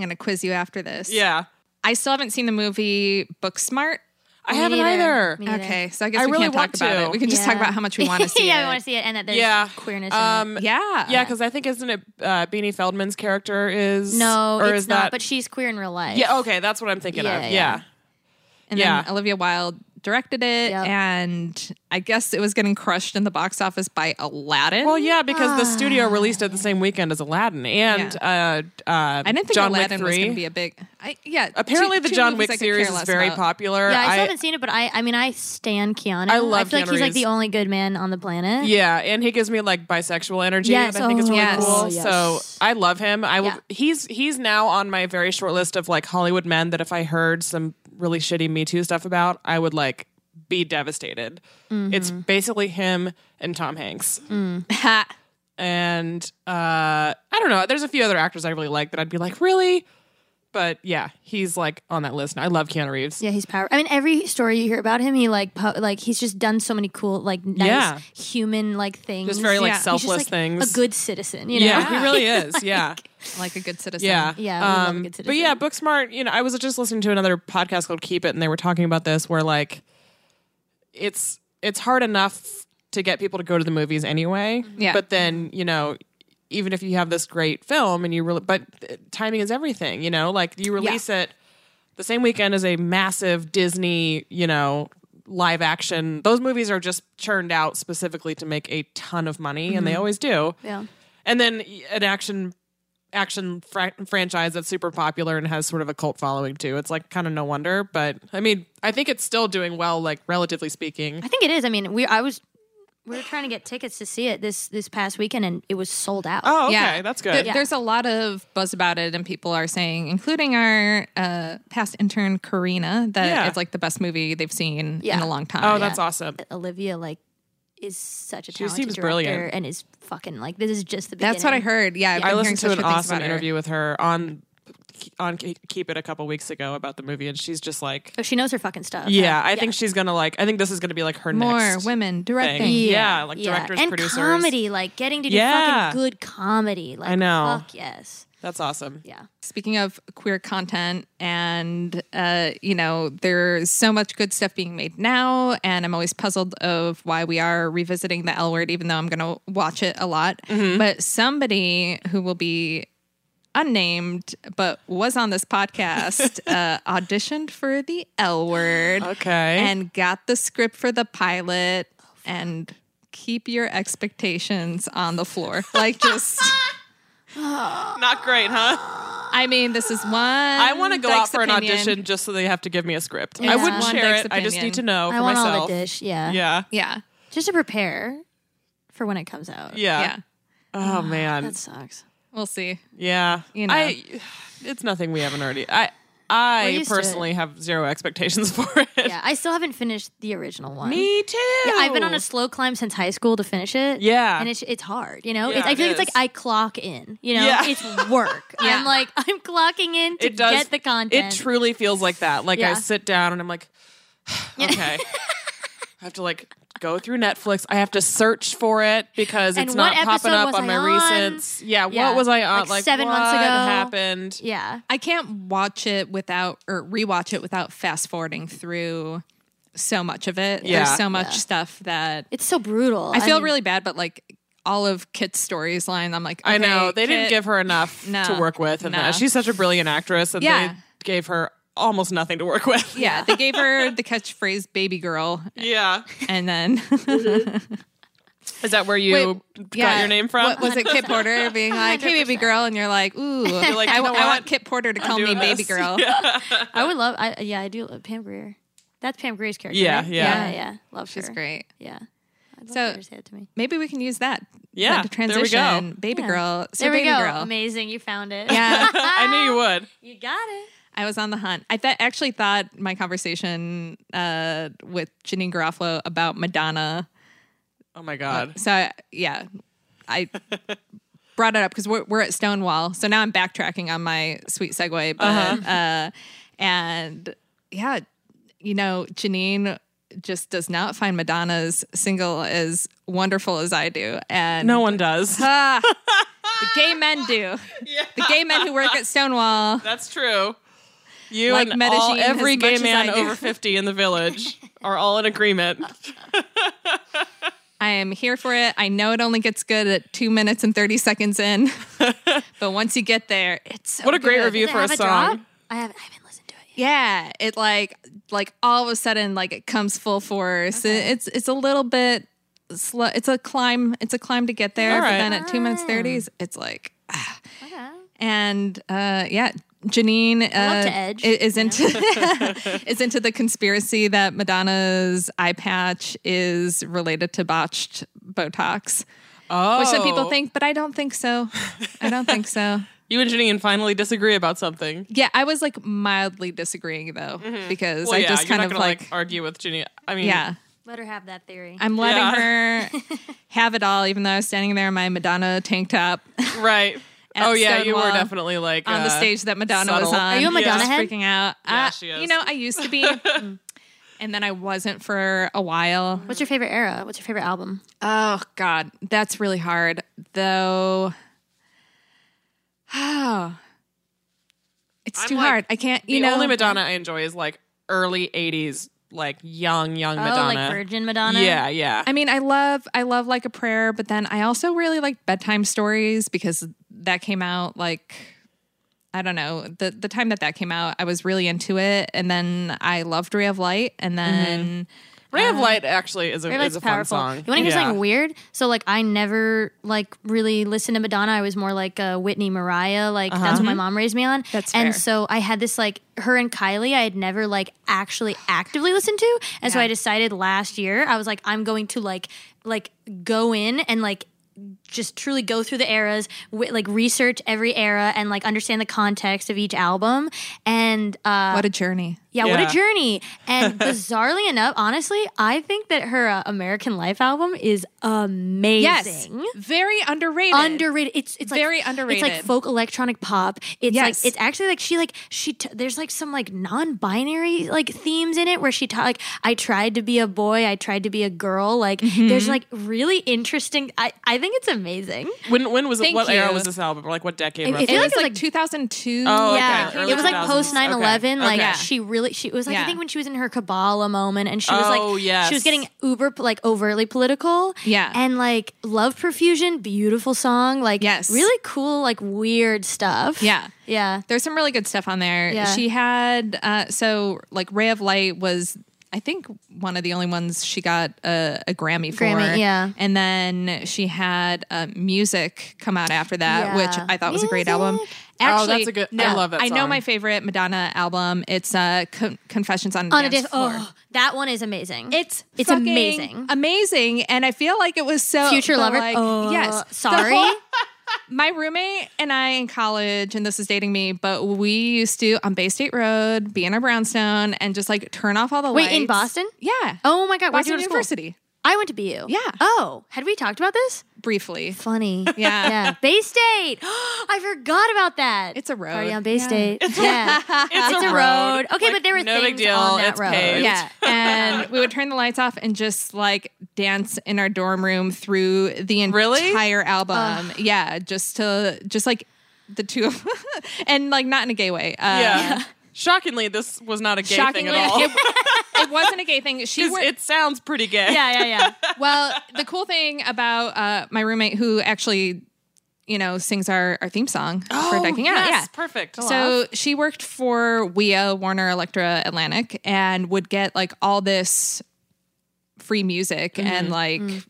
S4: gonna quiz you after this.
S1: yeah,
S4: I still haven't seen the movie Booksmart.
S1: I haven't
S2: neither.
S1: either.
S2: Me neither.
S4: Okay, so I guess
S1: I
S4: we
S1: really
S4: can't talk
S1: want
S4: about
S1: to.
S4: it. We can just talk
S2: Yeah.
S4: about how much
S1: *laughs*
S4: we want to see
S2: yeah,
S4: it.
S2: we want to see it, and that there's
S1: Yeah,
S2: queerness. in
S1: Um,
S2: it.
S4: yeah,
S1: yeah, because I think isn't it uh, Beanie Feldman's character is
S2: No,
S1: or
S2: it's
S1: is
S2: not.
S1: that
S2: but she's queer in real life.
S1: yeah? Okay, that's what I'm thinking
S2: Yeah,
S1: of.
S2: yeah.
S1: yeah.
S4: And
S1: Yeah.
S4: then Olivia Wilde directed it,
S2: Yep.
S4: and I guess it was getting crushed in the box office by Aladdin.
S1: Well, yeah, because the studio
S4: Ah.
S1: released it the same weekend as Aladdin and uh, uh,
S4: I didn't think
S1: John
S4: Aladdin
S1: Wick
S4: was
S1: three.
S4: going to be a big. I, yeah, two-
S1: Apparently, the
S4: two
S1: John
S4: movies
S1: Wick
S4: I could
S1: series
S4: care
S1: is
S4: less
S1: very
S4: about.
S1: popular.
S2: Yeah, I still
S1: I-
S2: haven't seen it, but I I mean I stan Keanu.
S1: I love
S2: I feel like
S1: Keanu
S2: he's like
S1: Reeves.
S2: the only good man on the planet.
S1: yeah, and he gives me like bisexual energy.
S2: Yes,
S1: that I think is
S2: oh,
S1: really
S4: yes.
S1: cool.
S4: Oh,
S2: yes.
S1: So I love him. I will.
S2: Yeah.
S1: He's he's now on my very short list of like Hollywood men that if I heard some really shitty Me Too stuff about, I would like be devastated.
S2: Mm-hmm.
S1: It's basically him and Tom Hanks.
S2: Mm. *laughs*
S4: Ha.
S1: and uh, I don't know. There's a few other actors I really like that I'd be like, really? But yeah, he's like on that list. And I love Keanu Reeves.
S2: Yeah, he's power. I mean, every story you hear about him, he like po- like he's just done so many cool like nice
S1: Yeah.
S2: human like things.
S1: Just very, like,
S2: He's just,
S1: selfless
S2: like,
S1: things.
S2: A good citizen, you know.
S1: Yeah, he really
S2: *laughs*
S1: is. Yeah.
S4: like a good citizen.
S1: Yeah. Um,
S2: Yeah, we love a good
S1: but
S2: citizen.
S1: yeah, Booksmart, you know, I was just listening to another podcast called Keep It, and they were talking about this where like it's it's hard enough to get people to go to the movies anyway.
S2: Mm-hmm.
S4: Yeah.
S1: But then, you know, even if you have this great film and you really but uh, timing is everything, you know, like you release it the same weekend as a massive Disney, you know, live action. Those movies are just churned out specifically to make a ton of money and
S4: Mm-hmm.
S1: they always do.
S2: Yeah.
S1: And then y- an action action fra- franchise that's super popular and has sort of a cult following too. It's like kind of no wonder, but I mean, I think it's still doing well like relatively speaking.
S2: I think it is. I mean, we I was we were trying to get tickets to see it this this past weekend, and it was sold out.
S1: Oh, okay.
S4: Yeah.
S1: That's
S4: There-
S1: good.
S4: There's a lot of buzz about it, and people are saying, including our uh, past intern Karina, that
S1: Yeah.
S4: it's like the best movie they've seen in
S2: Yeah.
S4: a long time.
S1: Oh, that's awesome.
S2: Olivia like is such a
S1: She seems
S2: talented director
S1: brilliant.
S2: and is fucking like this is just the beginning.
S4: That's what I heard. Yeah, I've been
S1: I
S4: hearing
S1: listened to
S4: such
S1: an
S4: good things
S1: awesome
S4: about her.
S1: interview with her on on K- Keep It a couple weeks ago about the movie, and she's just like,
S2: Oh, she knows her fucking stuff.
S1: yeah, I think she's gonna like. I think this is gonna be like her
S4: More
S1: next
S4: women directing.
S1: thing. Yeah, like directors,
S2: and
S1: producers.
S2: comedy, like getting to do
S1: Yeah.
S2: fucking good comedy. Like,
S1: I know.
S2: Fuck yes.
S1: That's awesome.
S2: Yeah.
S4: Speaking of queer content, and uh, you know, there's so much good stuff being made now, and I'm always puzzled of why we are revisiting the L Word, even though I'm going to watch it a lot.
S1: Mm-hmm.
S4: But somebody who will be unnamed, but was on
S1: *laughs*
S4: this podcast, uh, auditioned for the L Word,
S1: Okay.
S4: and got the script for the pilot, and keep your expectations on
S1: *laughs*
S4: the floor, like just.
S1: Not great,
S2: *laughs*
S1: huh?
S4: I mean, this is one.
S1: I want to go out
S4: Dyke's
S1: for an
S4: opinion.
S1: audition just so they have to give me a script. I wouldn't
S4: One
S1: share it.
S4: Dyke's
S1: I just
S4: opinion.
S1: need to know Oh, for
S2: I want
S1: myself.
S2: all the dish. Yeah.
S1: Yeah.
S4: Yeah,
S2: Just to prepare for when it comes out.
S1: Yeah.
S4: yeah.
S2: *sighs*
S1: Oh man.
S2: That sucks.
S4: We'll see.
S1: yeah.
S4: You know.
S1: I *sighs* it's nothing we haven't already. I
S2: We're
S1: I
S2: used to
S1: personally have zero expectations *laughs* for it.
S2: Yeah. I still haven't finished the original one.
S1: Me too.
S2: Yeah, I've been on a slow climb since high school to finish it.
S1: Yeah.
S2: And it's it's hard, you know?
S1: Yeah,
S2: it's, I
S1: it
S2: feel like
S1: is.
S2: it's like I clock in, you know?
S1: Yeah. *laughs*
S2: It's work.
S4: Yeah.
S2: I'm like, I'm clocking in to
S1: it does
S2: get the content.
S1: It truly feels like that. Like I
S2: Yeah.
S1: sit down and I'm like *sighs*
S2: *laughs*
S1: okay. I have to like go through Netflix. I have to search for it because
S2: And
S1: it's
S2: what
S1: not popping
S2: episode
S1: up
S2: was
S1: on
S2: I
S1: my
S2: on?
S1: recents. Yeah,
S2: Yeah.
S1: what was I on?
S2: Like seven months
S1: what
S2: ago.
S1: happened.
S2: yeah.
S4: I can't watch it without or rewatch it without fast forwarding through so much of it.
S1: Yeah.
S4: There's so much
S2: Yeah.
S4: stuff that
S2: It's so brutal.
S4: I feel
S2: mean,
S4: really bad, but like all of Kit's stories line, I'm like,
S1: I know
S4: okay,
S1: they didn't
S4: Kit-
S1: give her enough
S4: No.
S1: to work with, and
S4: No.
S1: that she's such a brilliant actress, and
S4: Yeah.
S1: they gave her almost nothing to work with.
S4: Yeah, they gave her the catchphrase "baby girl,"
S1: *laughs* yeah.
S4: and
S1: *laughs*
S4: then
S1: Is that where you got
S4: yeah.
S1: your name from?
S4: What, was it Kit Porter being like, "Hey, baby girl," and you're like, "Ooh,
S1: like,
S4: I,
S1: you know
S4: I want
S1: what?
S4: Kit Porter to call me
S1: doing
S4: baby
S1: this. *laughs*
S4: girl."
S2: I would love I yeah, I do love Pam Greer. That's Pam Greer's character.
S1: Yeah,
S2: right?
S1: yeah.
S2: Yeah, yeah. Love
S4: She's
S2: her.
S4: great.
S2: Yeah. I'd love
S4: So-
S2: for her to say it to me.
S4: Maybe we can use that.
S1: Yeah,
S4: like, to
S1: there we go.
S4: transition. Baby
S2: Yeah.
S4: girl. So
S2: there we
S4: baby
S2: go.
S4: girl.
S2: Amazing. You found it.
S4: Yeah,
S1: *laughs* I knew you
S2: Ah!
S1: would.
S2: You got it.
S4: *laughs* I was on the hunt. I th- actually thought my conversation uh, with Janine Garofalo about Madonna.
S1: Oh my god.
S4: So I, yeah, I
S1: *laughs*
S4: brought it up because we're, we're at Stonewall. So now I'm backtracking on my sweet segue. But
S1: Uh-huh.
S4: uh and yeah, you know, Janine just does not find Madonna's single as wonderful as I do, and
S1: No one does.
S4: *laughs* Ah, the gay men do. The gay men who work at Stonewall.
S1: That's true. You
S4: Like
S1: and
S4: Medellin,
S1: all, every
S4: as
S1: gay
S4: much as
S1: man
S4: I do.
S1: over fifty in the village are all in
S4: *laughs*
S1: agreement.
S4: I am here for it. I know it only gets good at two minutes and 30 seconds in,
S1: *laughs*
S4: but once you get there, it's so
S1: What a great
S4: good.
S1: review
S2: Does it
S1: for a
S2: have
S1: song.
S2: drop? I haven't I haven't listened to it yet.
S4: Yeah, it like like all of a sudden like it comes full force. It, it's it's a little bit slow. It's a climb. It's a climb to get there.
S1: All
S4: But
S1: right.
S4: then at two minutes 30s, it's like
S2: Okay.
S4: and uh, yeah,
S2: I
S4: Janine
S2: love
S4: uh,
S2: to edge,
S4: i- is into *laughs*
S1: *laughs*
S4: is into the conspiracy that Madonna's eye patch is related to botched Botox,
S1: Oh,
S4: which some people think, but I don't think so. I don't
S1: *laughs*
S4: think so.
S1: you and Janine finally disagree about something.
S4: Yeah, I was like mildly disagreeing though because
S1: Mm-hmm. Well,
S4: I
S1: yeah,
S4: just
S1: you're
S4: kind
S1: not
S4: of
S1: gonna, like,
S4: like,
S1: argue with Janine. I mean,
S4: yeah,
S2: Let her have that theory.
S4: I'm letting
S1: Yeah. *laughs*
S4: her have it all, even though I was standing there in my Madonna tank top *laughs*
S1: right.
S4: At
S1: oh yeah, you were
S4: Stonewall.
S1: definitely like
S4: on the
S1: uh,
S4: stage that Madonna was
S1: subtle.
S4: on.
S2: Are you a Madonna
S4: just
S2: head?
S4: Freaking out.
S1: Yeah,
S4: Uh,
S1: she
S4: You
S1: is.
S4: know, I used
S1: *laughs*
S4: to be, and then I wasn't for a while.
S2: What's your favorite era? What's your favorite album?
S4: Oh God, that's really hard though. *sighs* Oh, it's
S1: I'm
S4: too
S1: like-
S4: hard. I can't. You
S1: the
S4: know, uh,
S1: only Madonna I enjoy is like early '80s, like young, young Madonna.
S2: Oh, like Virgin Madonna.
S1: Yeah, yeah.
S4: I mean, I love I love like a prayer, but then I also really like bedtime stories because that came out like I don't know the the time that that came out. I was really into it, and then I loved Ray of Light, and then
S1: Ray
S4: uh,
S1: of Light actually is a,
S2: Very
S1: is a
S2: like
S1: fun
S2: powerful.
S1: song.
S2: You want to hear
S1: yeah.
S2: something weird? So like I never like really listened to Madonna. I was more like uh, Whitney, Mariah. Like that's
S1: Uh-huh.
S2: what my mom raised me on.
S4: That's
S2: and
S4: fair.
S2: so I had this like her and Kylie. I had never like actually actively listened to, and so
S4: Yeah.
S2: I decided last year I was like I'm going to like like go in and like just truly go through the eras, wi- like research every era and like understand the context of each album. And uh,
S4: what a journey.
S2: yeah, what
S1: Yeah.
S2: a journey. And
S4: *laughs*
S2: bizarrely enough, honestly, I think that her uh, American Life album is amazing.
S4: Yes. Very underrated.
S2: Underrated. It's it's like,
S4: Very
S2: It's like
S4: underrated.
S2: folk electronic pop. It's
S4: Yes.
S2: like it's actually like she like she t- there's like some like non-binary like themes in it where she taught like I tried to be a boy, I tried to be a girl. Like there's
S4: Mm-hmm.
S2: like really interesting. I I think it's amazing.
S1: When when was it,
S4: Thank
S1: what era
S4: you.
S1: was this album? Or like what decade?
S2: It- it
S1: roughly?
S4: It
S2: feel like it
S4: was
S2: was
S4: like,
S2: like-
S4: 2002.
S1: Oh, okay.
S2: yeah,
S1: early
S2: it was like
S1: 2000s.
S2: post 9 11.
S1: Okay.
S2: Like,
S1: Okay.
S2: she really, she it was like,
S4: Yeah.
S2: I think when she was in her cabal moment and she was
S1: Oh,
S2: like,
S1: yes.
S2: she was getting uber, like, overtly political.
S4: Yeah.
S2: And like, Love Profusion, beautiful song. Like,
S4: Yes.
S2: really cool, like, weird stuff.
S4: Yeah.
S2: Yeah.
S4: There's some really good stuff on there.
S2: Yeah.
S4: She had uh, so like Ray of Light was I think one of the only ones she got a, a Grammy for.
S2: Grammy, yeah.
S4: And then she had uh, Music come out after that,
S2: Yeah.
S4: which I thought was a great album.
S2: Music.
S1: Oh,
S4: Actually,
S1: that's a good- I love that
S4: I know
S1: song.
S4: my favorite Madonna album. It's uh, Con- Confessions on,
S2: On a
S4: Dance
S2: dance.
S4: Floor.
S2: Oh, that one is amazing.
S4: It's
S2: It's
S4: fucking
S2: amazing.
S4: amazing, and I feel like it was so
S2: Future
S4: the,
S2: Lover.
S4: Like,
S2: oh,
S4: yes, The
S2: Sorry.
S4: whole- *laughs* my roommate and I in college, and this is dating me, but we used to on Bay State Road be in our brownstone and just like turn off all the
S2: Wait,
S4: lights.
S2: in Boston?
S4: Yeah.
S2: Oh my God. where'd you
S4: Boston
S2: go to school?
S4: University,
S2: I went to BU.
S4: Yeah.
S2: Oh, had we talked about this?
S4: briefly.
S2: Funny.
S4: Yeah.
S2: Yeah. Bay State. *gasps* I forgot about that.
S4: It's a road.
S2: Already on Bay
S4: Yeah.
S2: State. yeah.
S1: it's,
S2: It's a road. Okay,
S1: Like,
S2: but there were
S1: no
S2: things
S1: big deal.
S2: on that
S1: it's
S2: road.
S1: Paved.
S2: *laughs*
S4: Yeah. And we would turn the lights off and just like dance in our dorm room through the entire
S1: Really?
S4: album. Yeah. Just to, just like the two of *laughs* and like not in a gay way. Uh,
S1: Yeah. Shockingly, this was not a gay
S4: Shockingly,
S1: thing at *laughs* all.
S4: it, it wasn't a gay thing. She
S1: 'Cause
S4: wor-
S1: it sounds pretty gay.
S2: yeah, yeah, yeah.
S4: well, the cool thing about uh, my roommate who actually, you know, sings our, our theme song for Decking Out.
S1: Oh, yes, Oh,
S4: Yeah.
S1: perfect.
S4: So she worked for WIA, Warner Electra Atlantic, and would get like all this free music
S1: Mm-hmm.
S4: and like
S1: Mm.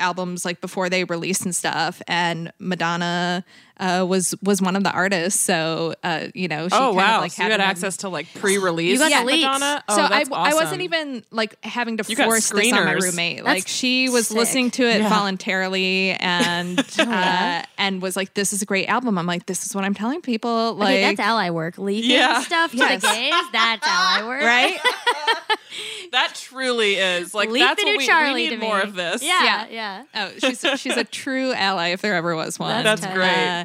S4: albums like before they released and stuff. And Madonna uh, was was one of the artists, so uh, you know, she
S1: oh
S4: kind
S1: wow,
S4: of like
S1: so you had
S4: an-
S1: access to like pre-release.
S2: You got the leaks.
S1: Madonna. Oh,
S4: so I,
S1: that's
S4: I
S1: awesome.
S4: wasn't even like having to
S1: You got
S4: force this on my
S1: screeners.
S4: roommate. like she was
S2: sick. Oh,
S4: listening to it voluntarily
S2: *laughs*
S4: and uh, and was like, "This is a great album." I'm like, "This is what I'm telling people." Like,
S2: *laughs* okay, that's ally work. Leaking
S1: Yeah.
S2: stuff to
S4: Yes.
S2: the gays. That's
S1: *laughs*
S2: ally work.
S4: right?
S1: That truly is like
S2: Leak
S1: that's
S2: the
S1: what
S2: new
S1: we,
S2: Charlie
S1: we
S2: to
S1: need
S2: me.
S1: more of this.
S2: Yeah,
S4: Yeah.
S2: yeah.
S4: oh, she's she's a true ally if there ever was one.
S1: That's That's great. tight.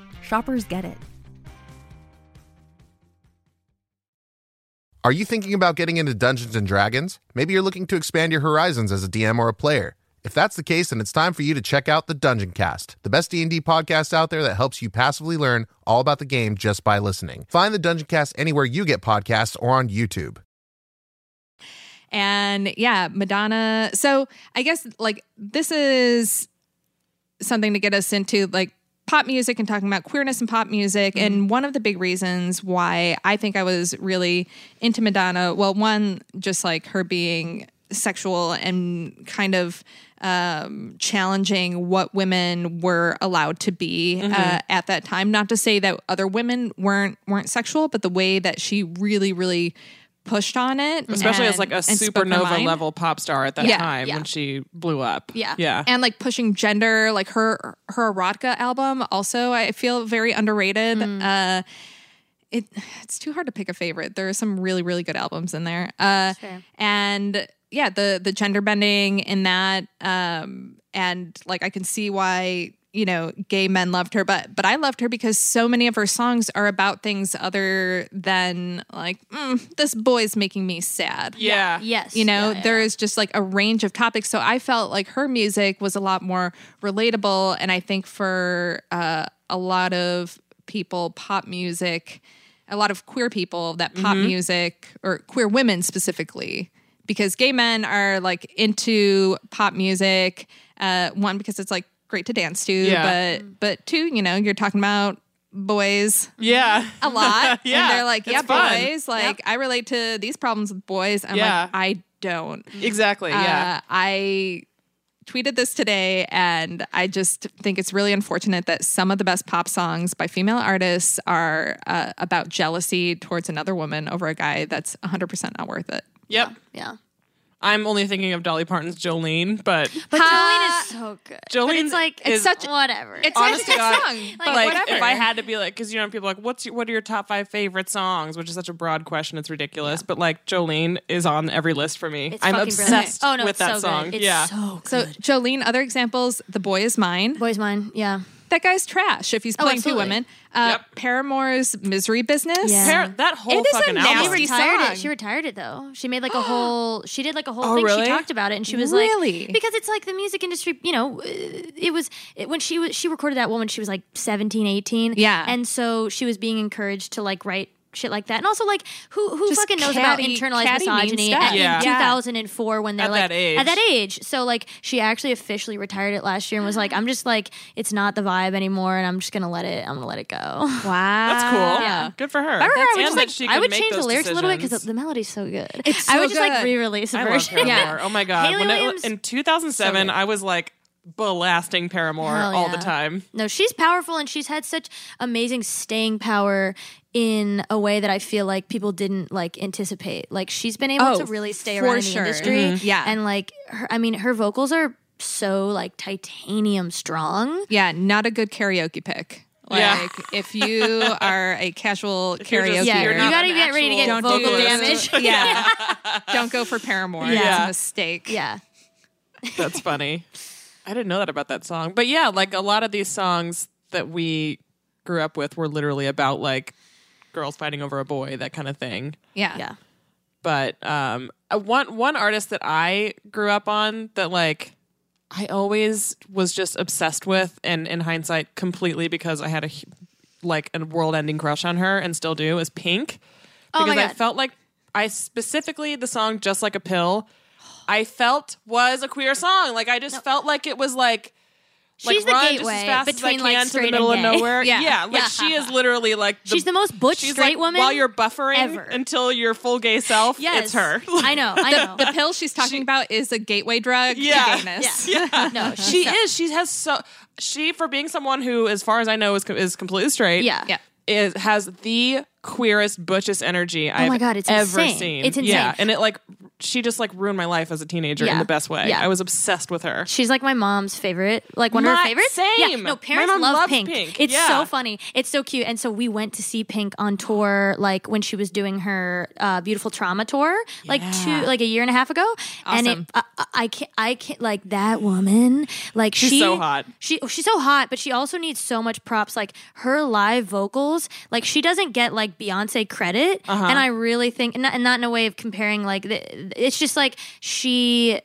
S5: Shoppers get it.
S6: Are you thinking about getting into Dungeons and Dragons? Maybe you're looking to expand your horizons as a DM or a player. If that's the case, then it's time for you to check out the Dungeon Cast, the best D&D podcast out there that helps you passively learn all about the game just by listening. Find the Dungeon Cast anywhere you get podcasts or on YouTube.
S4: And yeah, Madonna. So I guess like this is something to get us into like pop music and talking about queerness and pop music. And one of the big reasons why I think I was really into Madonna, well, one, just like her being sexual and kind of um, challenging what women were allowed to be uh, at that time. Not to say that other women weren't weren't sexual, but the way that she really, really pushed on it,
S1: especially
S4: and-
S1: as like a
S4: and spoke her
S1: supernova
S4: mind.
S1: level pop star at that
S4: Yeah,
S1: time
S2: yeah.
S1: when she blew up.
S2: Yeah.
S1: yeah.
S4: and like pushing gender like her her erotica album also i feel very underrated
S1: Mm.
S4: uh it it's too hard to pick a favorite there are some really really good albums in there uh
S2: Sure.
S4: and yeah the the gender bending in that um and like i can see why you know gay men loved her but but i loved her because so many of her songs are about things other than like mm, this boy's making me sad
S1: Yeah.
S2: Yes.
S4: you know
S2: Yeah, yeah,
S4: there is just like a range of topics so i felt like her music was a lot more relatable and i think for uh, a lot of people pop music a lot of queer people that pop
S2: Mm-hmm.
S4: music or queer women specifically because gay men are like into pop music uh, one because it's like great to dance to
S1: Yeah.
S4: but but two you know you're talking about boys
S1: Yeah. *laughs*
S4: a lot.
S1: Yeah,
S4: And they're like,
S1: it's
S4: yeah,
S1: fun.
S4: boys. Like, I relate to these problems with boys. I'm
S1: Yeah.
S4: like, I don't.
S1: Exactly. Yeah.
S4: Uh, I tweeted this today, and I just think it's really unfortunate that some of the best pop songs by female artists are uh, about jealousy towards another woman over a guy that's 100% not worth it.
S1: Yep.
S2: Yeah.
S1: I'm only thinking of Dolly Parton's Jolene, but
S2: But Jolene
S4: Ha-
S2: is so good.
S1: Jolene
S2: but it's like
S1: is-
S2: it's such whatever.
S4: It's
S1: Honest
S4: a
S1: to God,
S4: song, but
S2: like,
S1: like
S4: whatever.
S1: if I had to be like, because you know people are like, what's your, what are your top five favorite songs? Which is such a broad question, it's ridiculous. But like Jolene is on every list for me.
S2: It's
S1: I'm
S2: fucking
S1: obsessed
S2: brilliant. Oh no,
S1: with
S2: it's
S1: that
S2: so
S1: song.
S2: Good. It's
S1: yeah,
S2: so
S4: So,
S2: good.
S4: Jolene, other examples The Boy Is Mine.
S2: Boys Mine, yeah.
S4: That guy's trash if he's
S2: Oh,
S4: playing two
S2: absolutely.
S4: women. Uh,
S1: Yep.
S4: Paramore's Misery Business.
S2: Yeah.
S1: Par- that whole
S4: It is a
S1: fucking
S2: She
S4: nasty
S1: album.
S2: retired
S4: song.
S2: it. She retired it though. She made
S4: *gasps*
S2: like a whole. She did like a whole
S1: Oh,
S2: thing.
S1: really?
S2: She talked about it, and she was
S4: Really?
S2: like, because it's like the music industry. You know, uh, it was it, when she was she recorded that woman. She was like 17, 18.
S4: Yeah.
S2: and so she was being encouraged to like write shit like that, and also like who who
S4: Just
S2: fucking knows
S4: catty-
S2: about internalized
S4: catty mean
S2: misogyny
S4: stuff.
S2: at,
S1: Yeah.
S2: in two thousand and four when they're
S1: At
S2: like
S1: that age.
S2: at that age. So like she actually officially retired it last year and was
S4: *gasps*
S2: like, I'm just like it's not the vibe anymore, and I'm just gonna let it. I'm gonna let it go.
S4: Wow.
S1: That's cool.
S2: Yeah.
S1: Good for her.
S2: I remember I
S1: and
S2: was just
S1: that
S2: like,
S1: she
S2: I
S1: could
S2: would
S1: make
S2: change the
S1: those
S2: lyrics a little bit because
S1: decisions.
S2: the melody's so good.
S4: so
S2: I would just
S4: good.
S2: like re-release a
S1: I love
S2: version.
S1: Paramore. Oh my god!
S2: Haley
S1: when it-
S2: Williams-
S1: in 2007, I was like blasting Paramore
S2: Hell
S1: all
S2: yeah.
S1: the time.
S2: No, she's powerful and she's had such amazing staying power in a way that I feel like people didn't like anticipate. Like she's been able
S4: Oh,
S2: to really stay
S4: for
S2: around in the
S4: sure.
S2: industry.
S4: Mhm. Yeah.
S2: And like her I mean, her vocals are so like titanium strong.
S4: Yeah, not a good karaoke pick. Like
S1: Yeah.
S4: if you are a
S1: *laughs* you're
S4: casual
S1: just-
S4: karaoke,
S2: yeah,
S1: you're
S2: you
S1: not
S2: gotta
S1: an
S2: get ready to get
S1: actual
S2: vocal
S1: vocalist.
S2: *laughs* damage.
S4: *laughs*
S1: *laughs*
S4: yeah. don't go for Paramore. It's
S1: Yeah.
S4: a mistake.
S2: yeah.
S1: That's funny. I didn't know that about that song. But yeah, like a lot of these songs that we grew up with were literally about like girls fighting over a boy, that kind of thing.
S4: yeah,
S2: Yeah.
S1: But um uh, one one artist that I grew up on that like I always was just obsessed with and in hindsight completely because I had a hu- like a world-ending crush on her and still do is Pink
S2: Oh
S1: because
S2: my
S1: I
S2: God.
S1: felt like I specifically the song "Just Like a Pill," I felt was a queer song. Like I just felt like it was like like
S2: She's the
S1: run just as
S2: gateway
S1: fast
S2: between,
S1: as I
S2: like,
S1: can to the
S2: straight
S1: middle of
S2: and gay. *laughs*
S1: nowhere.
S4: Yeah.
S1: like she is literally like the,
S2: She's the most butch
S1: she's like,
S2: straight woman.
S1: while you're buffering
S2: ever.
S1: until your full gay self.
S2: yes.
S1: it's her. *laughs*
S2: I know, *laughs* I know.
S4: *laughs* The pill she's talking about is a gateway drug
S1: Yeah.
S4: to gayness.
S2: yeah. *laughs* No,
S1: she is. She has so she for being someone who, as far as I know, is co- is completely straight.
S2: Yeah.
S4: Yeah.
S1: is has the queerest butchest energy I've
S2: Oh my God, it's
S1: ever
S2: insane.
S1: seen.
S2: It's insane.
S1: Yeah, and it like she just like ruined my life as a teenager in
S2: Yeah.
S1: the best way.
S2: Yeah.
S1: I was obsessed with her.
S2: She's like my mom's favorite, like one of
S1: My-
S2: her favorites. Yeah,
S1: same.
S2: no,
S1: My
S2: parents
S1: mom
S2: love
S1: loves
S2: Pink.
S1: Pink.
S2: It's
S1: Yeah.
S2: so funny. It's so cute. And so we went to see Pink on tour, like when she was doing her uh, Beautiful Trauma tour, like two, like a year and a half ago. And
S4: Awesome.
S2: it, I, I- I can't, I can't, like that woman, like she's
S1: so hot.
S2: She she's so hot, but she also needs so much props. Like her live vocals, like she doesn't get like Beyonce credit.
S1: Uh-huh.
S2: And I really think, and not, and not in a way of comparing, like the, it's just like she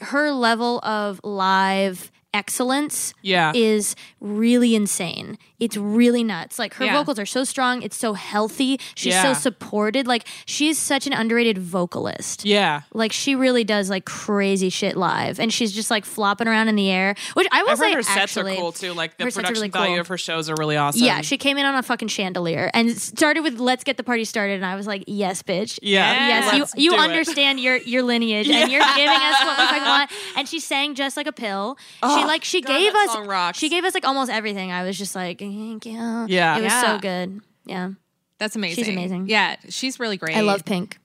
S2: her level of live excellence
S1: Yeah.
S2: is really insane. It's really nuts. Like her
S4: Yeah.
S2: vocals are so strong, it's so healthy, she's
S1: Yeah.
S2: so supported. Like she is such an underrated vocalist.
S1: Yeah,
S2: Like she really does like crazy shit live and she's just like flopping around in the air, which I will
S1: I've
S2: say
S1: heard her sets are
S2: actually-
S1: cool too. Like the
S2: her sets are
S1: production
S2: really
S1: value
S2: cool.
S1: of her shows are really awesome.
S2: Yeah, she came in on a fucking chandelier and it started with "Let's get the party started," and I was like, "Yes, bitch,
S1: Yeah.
S2: yes,
S1: Let's
S2: you
S1: do
S2: you
S1: it.
S2: understand your your lineage and you're giving us what we fucking want." And she sang just like a pill. she like she
S1: Oh, God,
S2: gave
S1: that
S2: us
S1: song rocks.
S2: she gave us like almost everything. I was just like, "Thank you."
S1: Yeah.
S2: it was
S4: Yeah.
S2: so good. Yeah,
S4: *laughs* That's amazing.
S2: amazing.
S4: Yeah, she's really great.
S2: I love Pink.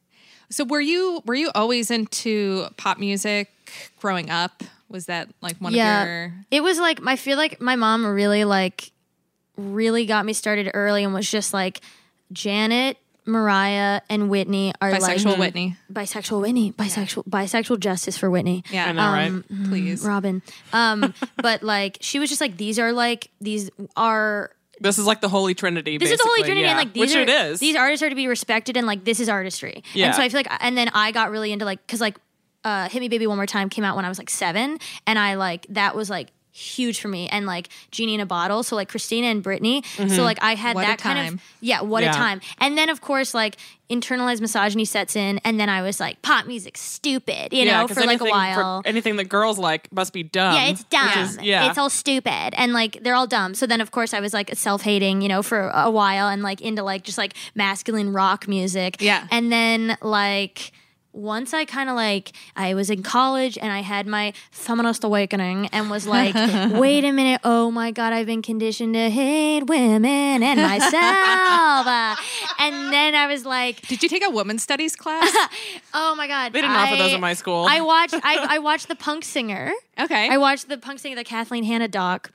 S4: So were you were you always into pop music growing up? Was that like one of your
S2: it was like I feel like my mom really like really got me started early and was just like Janet Mariah and Whitney are
S4: Bisexual
S2: like
S4: Whitney.
S2: bisexual Whitney, bisexual, bisexual justice for Whitney.
S4: Yeah.
S1: I know, right?
S2: um,
S4: Please.
S2: Robin. Um, but like she was just like these are like these are
S1: This is like the Holy Trinity.
S2: this is the Holy
S1: basically,
S2: Trinity,
S1: yeah.
S2: and like these
S1: which
S2: are
S1: it is.
S2: these artists are to be respected, and like this is artistry.
S1: Yeah.
S2: And so I feel like, and then I got really into like because like uh, "Hit Me, Baby, One More Time" came out when I was like seven, and I like that was like huge for me, and like Genie in a Bottle, so like Christina and Britney, so like I had
S4: What a
S2: that kind
S4: time.
S2: of yeah, what
S1: Mm-hmm. Yeah.
S2: a time. And then of course like internalized misogyny sets in, and then I was like pop music's stupid, you know,
S1: 'cause
S2: for like a
S1: anything- for
S2: while.
S1: anything that girls like must be dumb.
S2: Yeah, it's dumb.
S1: which is- yeah,
S2: It's all stupid. And like they're all dumb. So then of course I was like self hating, you know, for a while and like into like just like masculine rock music.
S4: Yeah.
S2: And then like once I kind of like I was in college and I had my feminist awakening and
S1: *laughs*
S2: was like, wait a minute, oh my god, I've been conditioned to hate women and myself. Uh,
S1: *laughs*
S2: and then I was like,
S4: Did you take a women's
S2: *laughs*
S4: studies class?
S2: oh my god,
S1: they didn't offer those
S2: I-
S1: in my school.
S4: *laughs*
S2: I watched I, I watched the punk singer.
S4: Okay.
S2: I watched the punk singer, the Kathleen Hanna doc,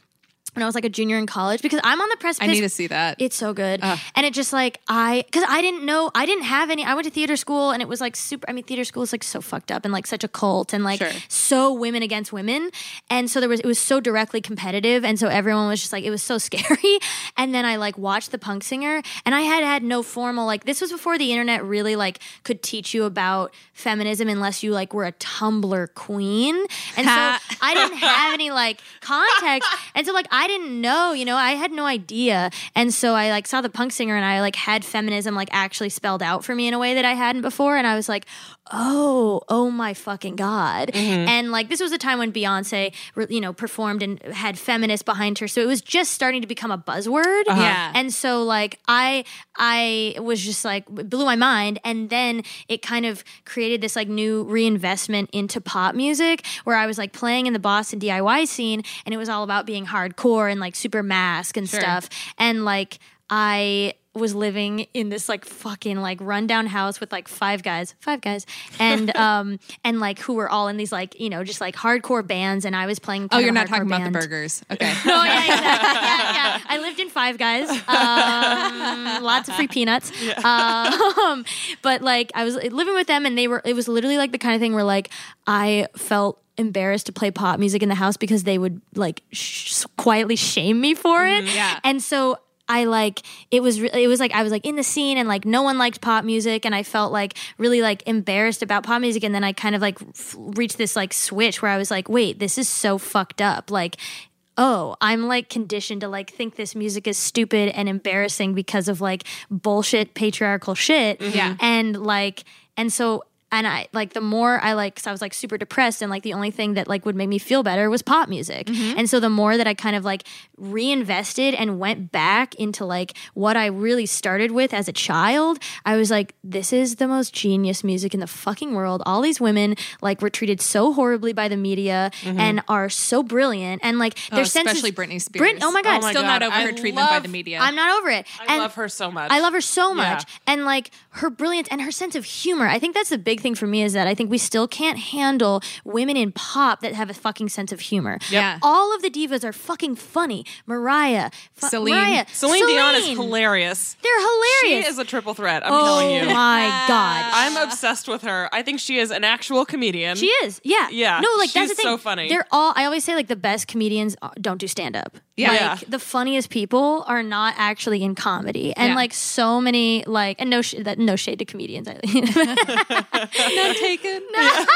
S2: when I was like a junior in college because I'm on the
S4: I
S2: precipice.
S4: need to see Uh. that.
S2: It's so good. And it just like, I, because I didn't know, I didn't have any, I went to theater school and it was like super, I mean, theater school is like so fucked up and like such a cult and like
S4: Sure.
S2: so women against women. And so there was, it was so directly competitive. And so everyone was just like, it was so *laughs* scary. And then I like watched The Punk Singer and I had had no formal, like, this was before the internet really like could teach you about feminism unless you like were a Tumblr queen. And so I didn't have any like context. And so like I didn't know, you know, I had no idea. And so I like saw the punk singer and I like had feminism like actually spelled out for me in a way that I hadn't before. And I was like, oh, oh my fucking God. And like this was a time when Beyonce, re- you know, performed and had feminist behind her. So it was just starting to become a buzzword.
S4: Yeah.
S2: And so like I I was just like it blew my mind and then it kind of created this like new reinvestment into pop music where I was like playing in the Boston DIY scene and it was all about being hardcore and like super mask and stuff and like I was living in this like fucking like rundown house with like five guys, five guys,
S4: *laughs*
S2: and um and like who were all in these like you know just like hardcore bands, and I was playing.
S4: oh,
S2: kind of
S4: you're not
S2: hardcore
S4: talking about the
S2: band.
S4: burgers. Okay.
S2: *laughs* No, Oh, yeah, exactly. yeah, yeah. I lived in Five Guys. Um, lots of free peanuts. Um, *laughs* but like, I was living with them, and they were. It was literally like the kind of thing where like I felt embarrassed to play pop music in the house because they would like sh- quietly shame me for it.
S4: yeah.
S2: And so I like it was re- it was like I was like in the scene and like no one liked pop music and I felt like really like embarrassed about pop music and then I kind of like f- reached this like switch where I was like wait this is so fucked up like oh I'm like conditioned to like think this music is stupid and embarrassing because of like bullshit patriarchal shit
S4: Yeah.
S2: and like and so and I like the more I like, cause I was like super depressed, and like the only thing that like would make me feel better was pop music. And so the more that I kind of like reinvested and went back into like what I really started with as a child, I was like, this is the most genius music in the fucking world. All these women like were treated so horribly by the media and are so brilliant, and like their senses,
S4: especially Britney Spears.
S2: Brit- oh my god,
S1: Oh my
S4: Still
S1: God,
S4: not over
S1: I
S4: her treatment by
S1: love-
S4: the media. *laughs*
S2: I'm not over it.
S1: I love her so much.
S2: I love her so
S1: Yeah.
S2: much. And like her brilliance and her sense of humor. I think that's the big thing for me is that I think we still can't handle women in pop that have a fucking sense of humor.
S4: Yeah.
S2: All of the divas are fucking funny. Mariah, fu-
S4: Celine.
S2: Mariah,
S1: Celine, Dion is
S2: Celine.
S1: hilarious.
S2: They're
S1: She
S2: hilarious.
S1: is a triple threat. I'm telling
S2: oh
S1: you.
S2: my god.
S1: I'm obsessed with her. I think she is an actual comedian.
S2: She is, yeah,
S1: Yeah,
S2: No, like that's
S1: she's
S2: the thing.
S1: so funny.
S2: They're all. I always say like the best comedians uh, don't do stand up.
S4: Yeah.
S2: like,
S1: Yeah.
S2: the funniest people are not actually in comedy, and
S4: Yeah.
S2: like so many like and no sh- that no shade to comedians. I *laughs*
S4: taken.
S2: know.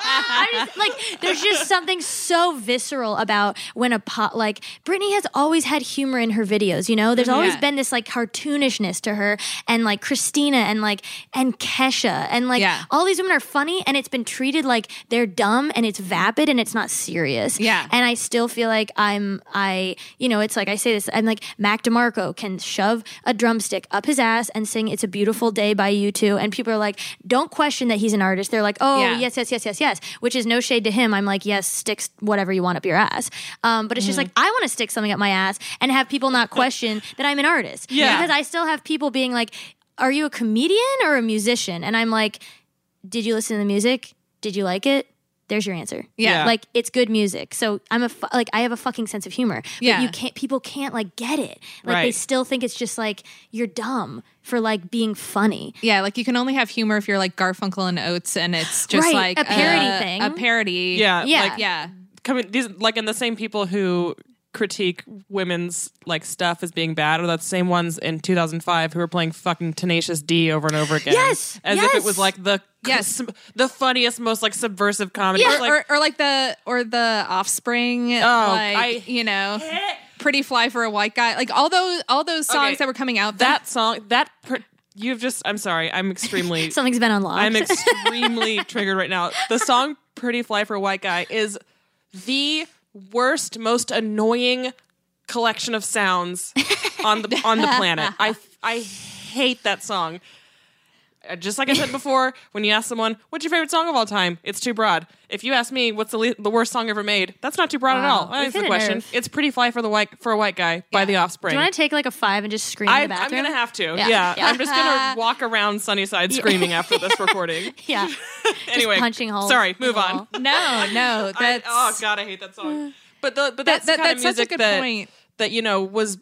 S2: I just like there's just something so visceral about when a pot like Britney has always had humor in her videos, you know? There's always
S4: Yeah.
S2: been this like cartoonishness to her and like Christina and like and Kesha and like
S4: Yeah.
S2: all these women are funny and it's been treated like they're dumb and it's vapid and it's not serious.
S4: Yeah.
S2: And I still feel like I'm I you know, it's like I say this, I'm like Mac DeMarco can shove a drumstick up his ass and sing It's a Beautiful Day by you two and people are like, don't question that he's an artist. They're like, oh
S4: Yeah.
S2: yes, yes, yes, yes, yes. Which is no shade to him. I'm like, yes, stick whatever you want up your ass. Um, but it's
S1: Mm.
S2: just like I want to stick something up my ass and have
S1: *laughs*
S2: people not question that I'm an artist.
S1: Yeah.
S2: Because I still have people being like, "Are you a comedian or a musician?" And I'm like, "Did you listen to the music? Did you like it? there's your answer.
S4: Yeah.
S2: Like it's good music. So I'm a fu- like I have a fucking sense of humor. But
S4: Yeah.
S2: you can't people can't like get it. Like they
S1: Right.
S2: still think it's just like you're dumb for like being funny.
S4: *laughs* Yeah, like you can only have humor if you're like Garfunkel and Oates, and it's just
S2: Right,
S4: like
S2: a parody
S4: uh,
S2: thing.
S4: A parody.
S1: Yeah,
S2: Yeah.
S1: Like,
S4: Yeah.
S1: coming these like and the same people who critique women's like stuff as being bad are the same ones in 2005 who were playing fucking tenacious d over and over again
S2: Yes,
S1: as if
S2: yes.
S1: it was like the
S4: Yes.
S1: the funniest most like subversive comedy
S4: Or,
S1: It's like,
S4: or, or like the or the offspring oh,
S1: I-
S4: like you know pretty fly for a white guy like all those all those songs
S1: Okay.
S4: that were coming out
S1: that song that per- you've just i'm sorry i'm
S2: *laughs*
S1: extremely
S2: Something's been unlocked.
S1: i'm
S2: *laughs*
S1: extremely triggered right now the song pretty fly for a white guy is the worst most annoying collection of sounds on the on the planet i i hate that song Uh, just like I said before, when you ask someone, "What's your favorite song of all time?" It's too broad. If you ask me, "What's the, le- the worst song ever made?" That's not too broad at
S2: Wow.
S1: all.
S2: We've
S1: That's the
S2: hit a
S1: question.
S2: nerve.
S1: It's "Pretty Fly for the White for a White Guy" by The Offspring.
S2: Do you want to take like a five and just scream
S1: I,
S2: in the
S1: I'm
S2: bathroom?
S1: gonna have to.
S2: Yeah,
S1: Yeah,
S2: *laughs* yeah.
S1: I'm just gonna walk around Sunnyside screaming after this
S2: *laughs*
S1: recording.
S4: *laughs*
S2: yeah.
S1: anyway,
S2: punching holes
S1: Sorry,
S2: in the
S1: move on.
S2: wall.
S4: no no
S1: *laughs* I,
S4: that's
S1: oh God, I hate that
S2: *laughs*
S1: song. But the, but
S4: That-
S1: that's the
S4: that-
S1: kind
S4: that's
S1: of
S4: such a
S1: music
S4: good
S1: that
S4: point.
S1: that you know was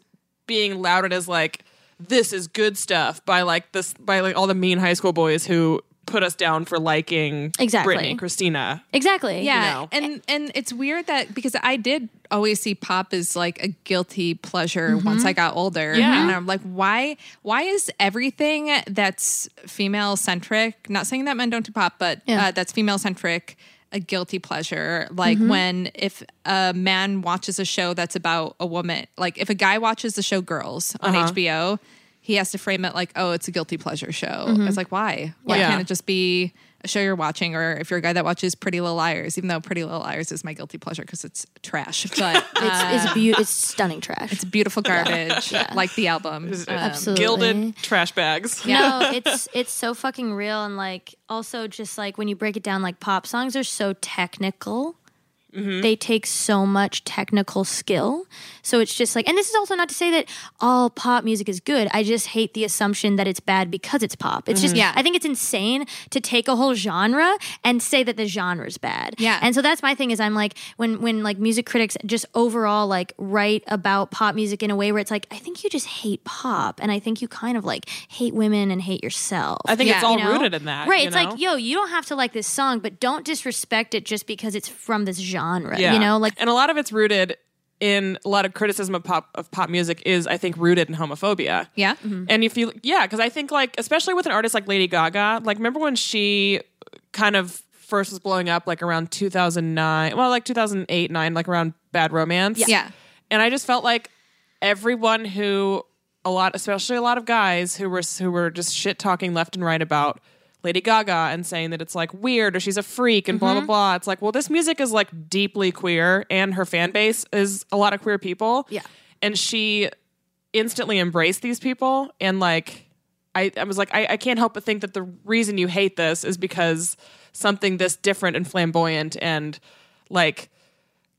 S1: being lauded as like this is good stuff by like this by like all the mean high school boys who put us down for liking
S2: Exactly.
S1: Britney, Christina.
S2: Exactly.
S4: yeah
S1: know.
S4: and and it's weird that because i did always see pop as like a guilty pleasure once i got older
S1: Yeah.
S4: and i'm like why why is everything that's female centric not saying that men don't do pop but
S2: Yeah.
S4: uh, that's female centric a guilty pleasure like when if a man watches a show that's about a woman like if a guy watches the show girls on hbo he has to frame it like oh it's a guilty pleasure show it's like why why
S1: Yeah.
S4: can't it just be a show you're watching or if you're a guy that watches Pretty Little Liars, even though Pretty Little Liars is my guilty pleasure because it's trash, *laughs* but uh,
S2: It's, it's, beau- it's stunning trash.
S4: it's beautiful garbage, like the album. Um,
S2: Absolutely.
S1: Gilded trash bags.
S2: No,
S4: *laughs*
S2: it's it's so fucking real and like also just like when you break it down, like pop songs are so technical.
S4: Mm-hmm.
S2: They take so much technical skill. So it's just like, and this is also not to say that all pop music is good. I just hate the assumption that it's bad because it's pop. It's just,
S4: Mm-hmm. Yeah.
S2: I think it's insane to take a whole genre and say that the genre's bad.
S4: Yeah.
S2: And so that's my thing is I'm like, when, when like music critics just overall like write about pop music in a way where it's like, I think you just hate pop. And I think you kind of like hate women and hate yourself.
S1: I think
S4: Yeah.
S1: it's all
S2: You know?
S1: rooted in that.
S2: Right.
S1: you
S2: it's
S1: know?
S2: like, yo, you don't have to like this song, but don't disrespect it just because it's from this genre.
S1: Yeah.
S2: You know, like
S1: and a lot of it's rooted in a lot of criticism of pop of pop music is I think rooted in homophobia.
S4: Yeah.
S1: Mm-hmm. And if you yeah, because I think like especially with an artist like Lady Gaga, like remember when she kind of first was blowing up like around 2009, well like 2008 9 like around Bad Romance.
S4: Yeah.
S1: And I just felt like everyone who a lot especially a lot of guys who were who were just shit talking left and right about Lady Gaga and saying that it's like weird or she's a freak and blah blah blah. It's like, well, this music is like deeply queer and her fan base is a lot of queer people.
S2: Yeah.
S1: And she instantly embraced these people and like I, I was like, I, I can't help but think that the reason you hate this is because something this different and flamboyant and like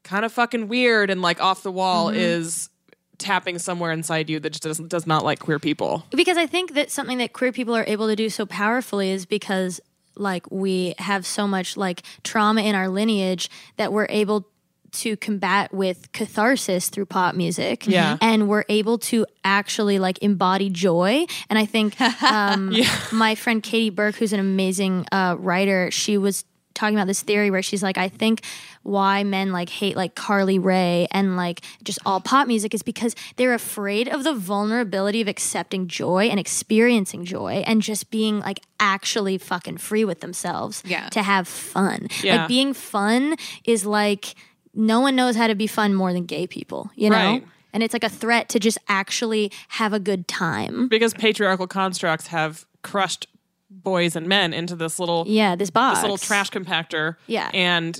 S1: kind of fucking weird and like off the wall is tapping somewhere inside you that just does, does not like queer people.
S2: because I think that something that queer people are able to do so powerfully is because like we have so much like trauma in our lineage that we're able to combat with catharsis through pop music
S1: Yeah.
S2: and we're able to actually like embody joy and i think um, my friend katie burke who's an amazing uh, writer she was talking about this theory where she's like i think why men like hate like carly ray and like just all pop music is because they're afraid of the vulnerability of accepting joy and experiencing joy and just being like actually fucking free with themselves
S4: Yeah.
S2: to have fun
S1: Yeah.
S2: like being fun is like no one knows how to be fun more than gay people you know
S1: Right.
S2: and it's like a threat to just actually have a good time
S1: Because patriarchal constructs have crushed boys and men into this little
S2: yeah this box
S1: this little trash compactor.
S2: Yeah.
S1: And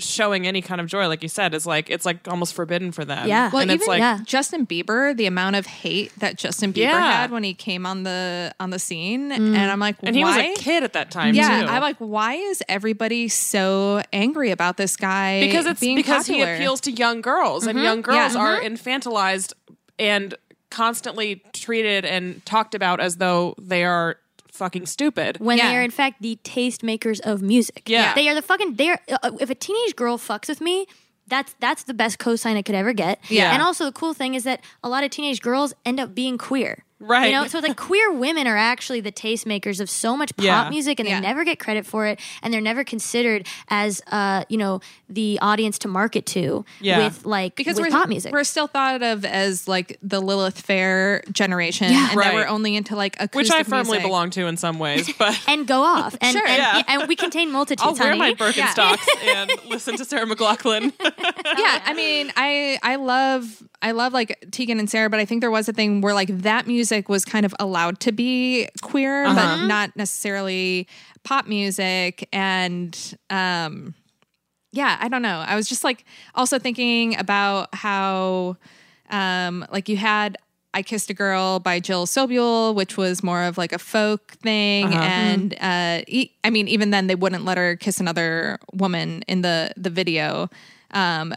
S1: showing any kind of joy, like you said, is like it's like almost forbidden for them.
S2: Yeah.
S4: Well,
S1: and
S4: even
S1: it's like
S2: yeah.
S4: Justin Bieber, the amount of hate that Justin Bieber
S1: Yeah.
S4: had when he came on the on the scene, and I'm like,
S1: and he
S4: why?
S1: was a kid at that time
S4: Yeah,
S1: too.
S4: I'm like, why is everybody so angry about this guy?
S1: because it's
S4: being
S1: because
S4: popular? Mm-hmm.
S1: he appeals to young girls and young girls
S4: Yeah.
S1: are infantilized and constantly treated and talked about as though they are fucking stupid.
S2: when
S4: Yeah.
S2: they are in fact the tastemakers of music.
S1: Yeah.
S2: they are the fucking. They are. uh, If a teenage girl fucks with me. That's that's the best cosign I could ever get.
S1: Yeah.
S2: And also the cool thing is that a lot of teenage girls end up being queer.
S1: Right.
S2: You know, so it's like queer women are actually the tastemakers of so much pop
S1: Yeah.
S2: music and
S4: Yeah.
S2: they never get credit for it and they're never considered as uh, you know, the audience to market to
S1: Yeah.
S2: with like
S4: because
S2: with
S4: we're
S2: pop music.
S4: we're still thought of as like the Lilith Fair generation, and that
S1: Right.
S4: we're only into like acoustic
S1: Which I firmly
S4: music.
S1: belong to in some ways,
S4: *laughs*
S1: but
S2: and go off. And
S4: Sure.
S2: and,
S1: Yeah.
S2: and we contain multitudes,
S1: I'll wear
S2: honey.
S1: my Birkenstocks and listen to Sarah
S4: *laughs*
S1: McLaughlin.
S4: yeah, I mean, I I love I love like Tegan and Sarah, but I think there was a thing where like that music was kind of allowed to be queer, but not necessarily pop music. And um, yeah, I don't know. I was just like also thinking about how um, like you had. I Kissed a Girl by Jill Sobule, which was more of like a folk thing,
S1: Uh-huh.
S4: and
S1: Mm-hmm.
S4: uh, e- I mean, even then they wouldn't let her kiss another woman in the the video. Um,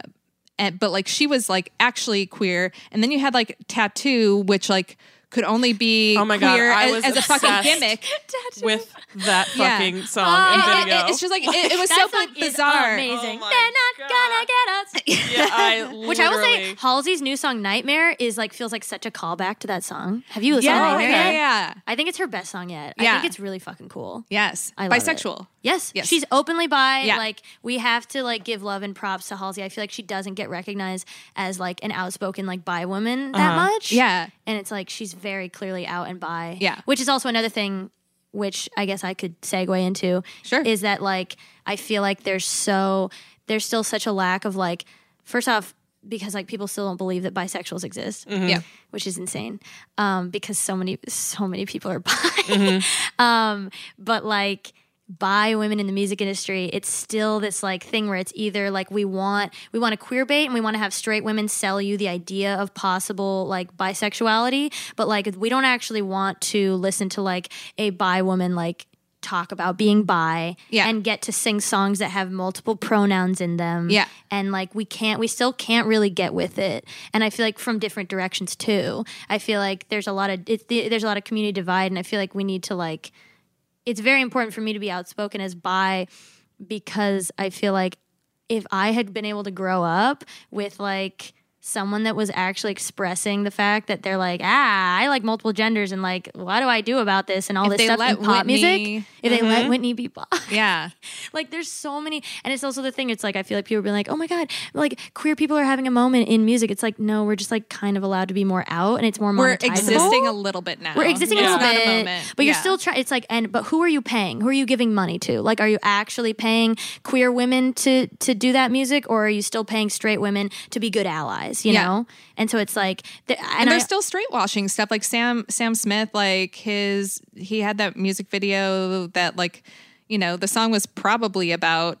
S4: and, but like she was like actually queer and then you had like tattoo which like could only be
S1: Oh my God,
S4: queer
S1: I
S4: as,
S1: was
S4: as a fucking
S1: obsessed.
S4: gimmick
S1: with that
S4: Yeah.
S1: fucking song
S4: And-
S1: and
S4: and
S1: video.
S4: it's just like it, it was so
S2: That song is
S4: bizarre
S2: amazing.
S1: Oh my
S2: They're not gonna get us.
S4: *laughs*
S1: yeah, I
S2: Which I will say,
S1: literally-
S2: Halsey's new song "Nightmare" is like feels like such a callback to that song. Have you listened
S4: yeah,
S2: to
S4: yeah,
S1: Oh,
S2: "Nightmare"
S4: yeah
S2: yet?
S4: yeah.
S2: I think it's her best song yet. I
S4: Yeah.
S2: think it's really fucking cool.
S4: yes
S2: I love it.
S4: bisexual
S2: Yes,
S4: Yes.
S2: she's openly bi.
S4: Yeah.
S2: Like we have to like give love and props to Halsey. I feel like she doesn't get recognized as like an outspoken like bi woman that much.
S4: Uh-huh. yeah
S2: and it's like she's very clearly out and bi.
S4: Yeah.
S2: which is also another thing, which I guess I could segue into.
S4: Sure.
S2: is that like I feel like there's so there's still such a lack of like first off because like people still don't believe that bisexuals exist
S4: yeah
S2: which is insane um, because so many so many people are *laughs* bi. um, but like bi women in the music industry, it's still this like thing where it's either like we want we want to queer bait and we want to have straight women sell you the idea of possible like bisexuality, but like we don't actually want to listen to like a bi woman like talk about being bi
S4: Yeah.
S2: and get to sing songs that have multiple pronouns in them
S4: Yeah.
S2: and like we can't we still can't really get with it and i feel like from different directions too i feel like there's a lot of it's the, there's a lot of community divide and i feel like we need to like it's very important for me to be outspoken as bi because i feel like if i had been able to grow up with like someone that was actually expressing the fact that they're like ah i like multiple genders and like what do i do about this and all
S4: If
S2: this
S4: they
S2: stuff
S4: let
S2: in pop music
S4: Whitney- Mm-hmm.
S2: if they let whitney be bi *laughs*
S4: yeah
S2: like there's so many and it's also the thing it's like i feel like people are being like oh my god like queer people are having a moment in music it's like no we're just like kind of allowed to be more out and it's more
S4: we're
S2: monetizable.
S4: existing a little bit now
S2: we're existing
S4: It's
S2: a
S4: not
S2: little bit,
S4: moment.
S2: but you're
S4: Yeah.
S2: still trying. It's like, and but who are you paying? Who are you giving money to? Like, are you actually paying queer women to to do that music, or are you still paying straight women to be good allies? You
S4: Yeah.
S2: know. And so it's like, th- and,
S4: and
S2: I,
S4: there's still straight washing stuff like Sam Sam Smith like his he had that music video that like you know the song was probably about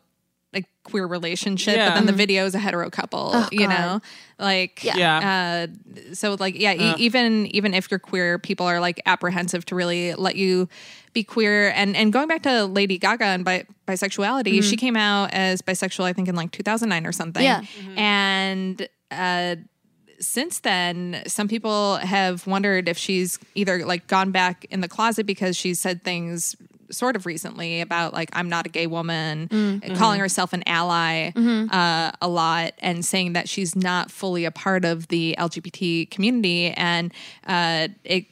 S4: like queer relationship
S1: Yeah.
S4: but then the video is a hetero couple you know like
S1: Yeah.
S4: uh, so like yeah e- even even if you're queer people are like apprehensive to really let you be queer and and going back to Lady Gaga and bi- bisexuality she came out as bisexual I think in like 2009 or something
S2: Yeah.
S4: and uh since then, some people have wondered if she's either like gone back in the closet because she's said things sort of recently about like I'm not a gay woman,
S2: Mm,
S4: calling
S2: mm-hmm.
S4: herself an ally uh, a lot, and saying that she's not fully a part of the LGBT community, and uh, it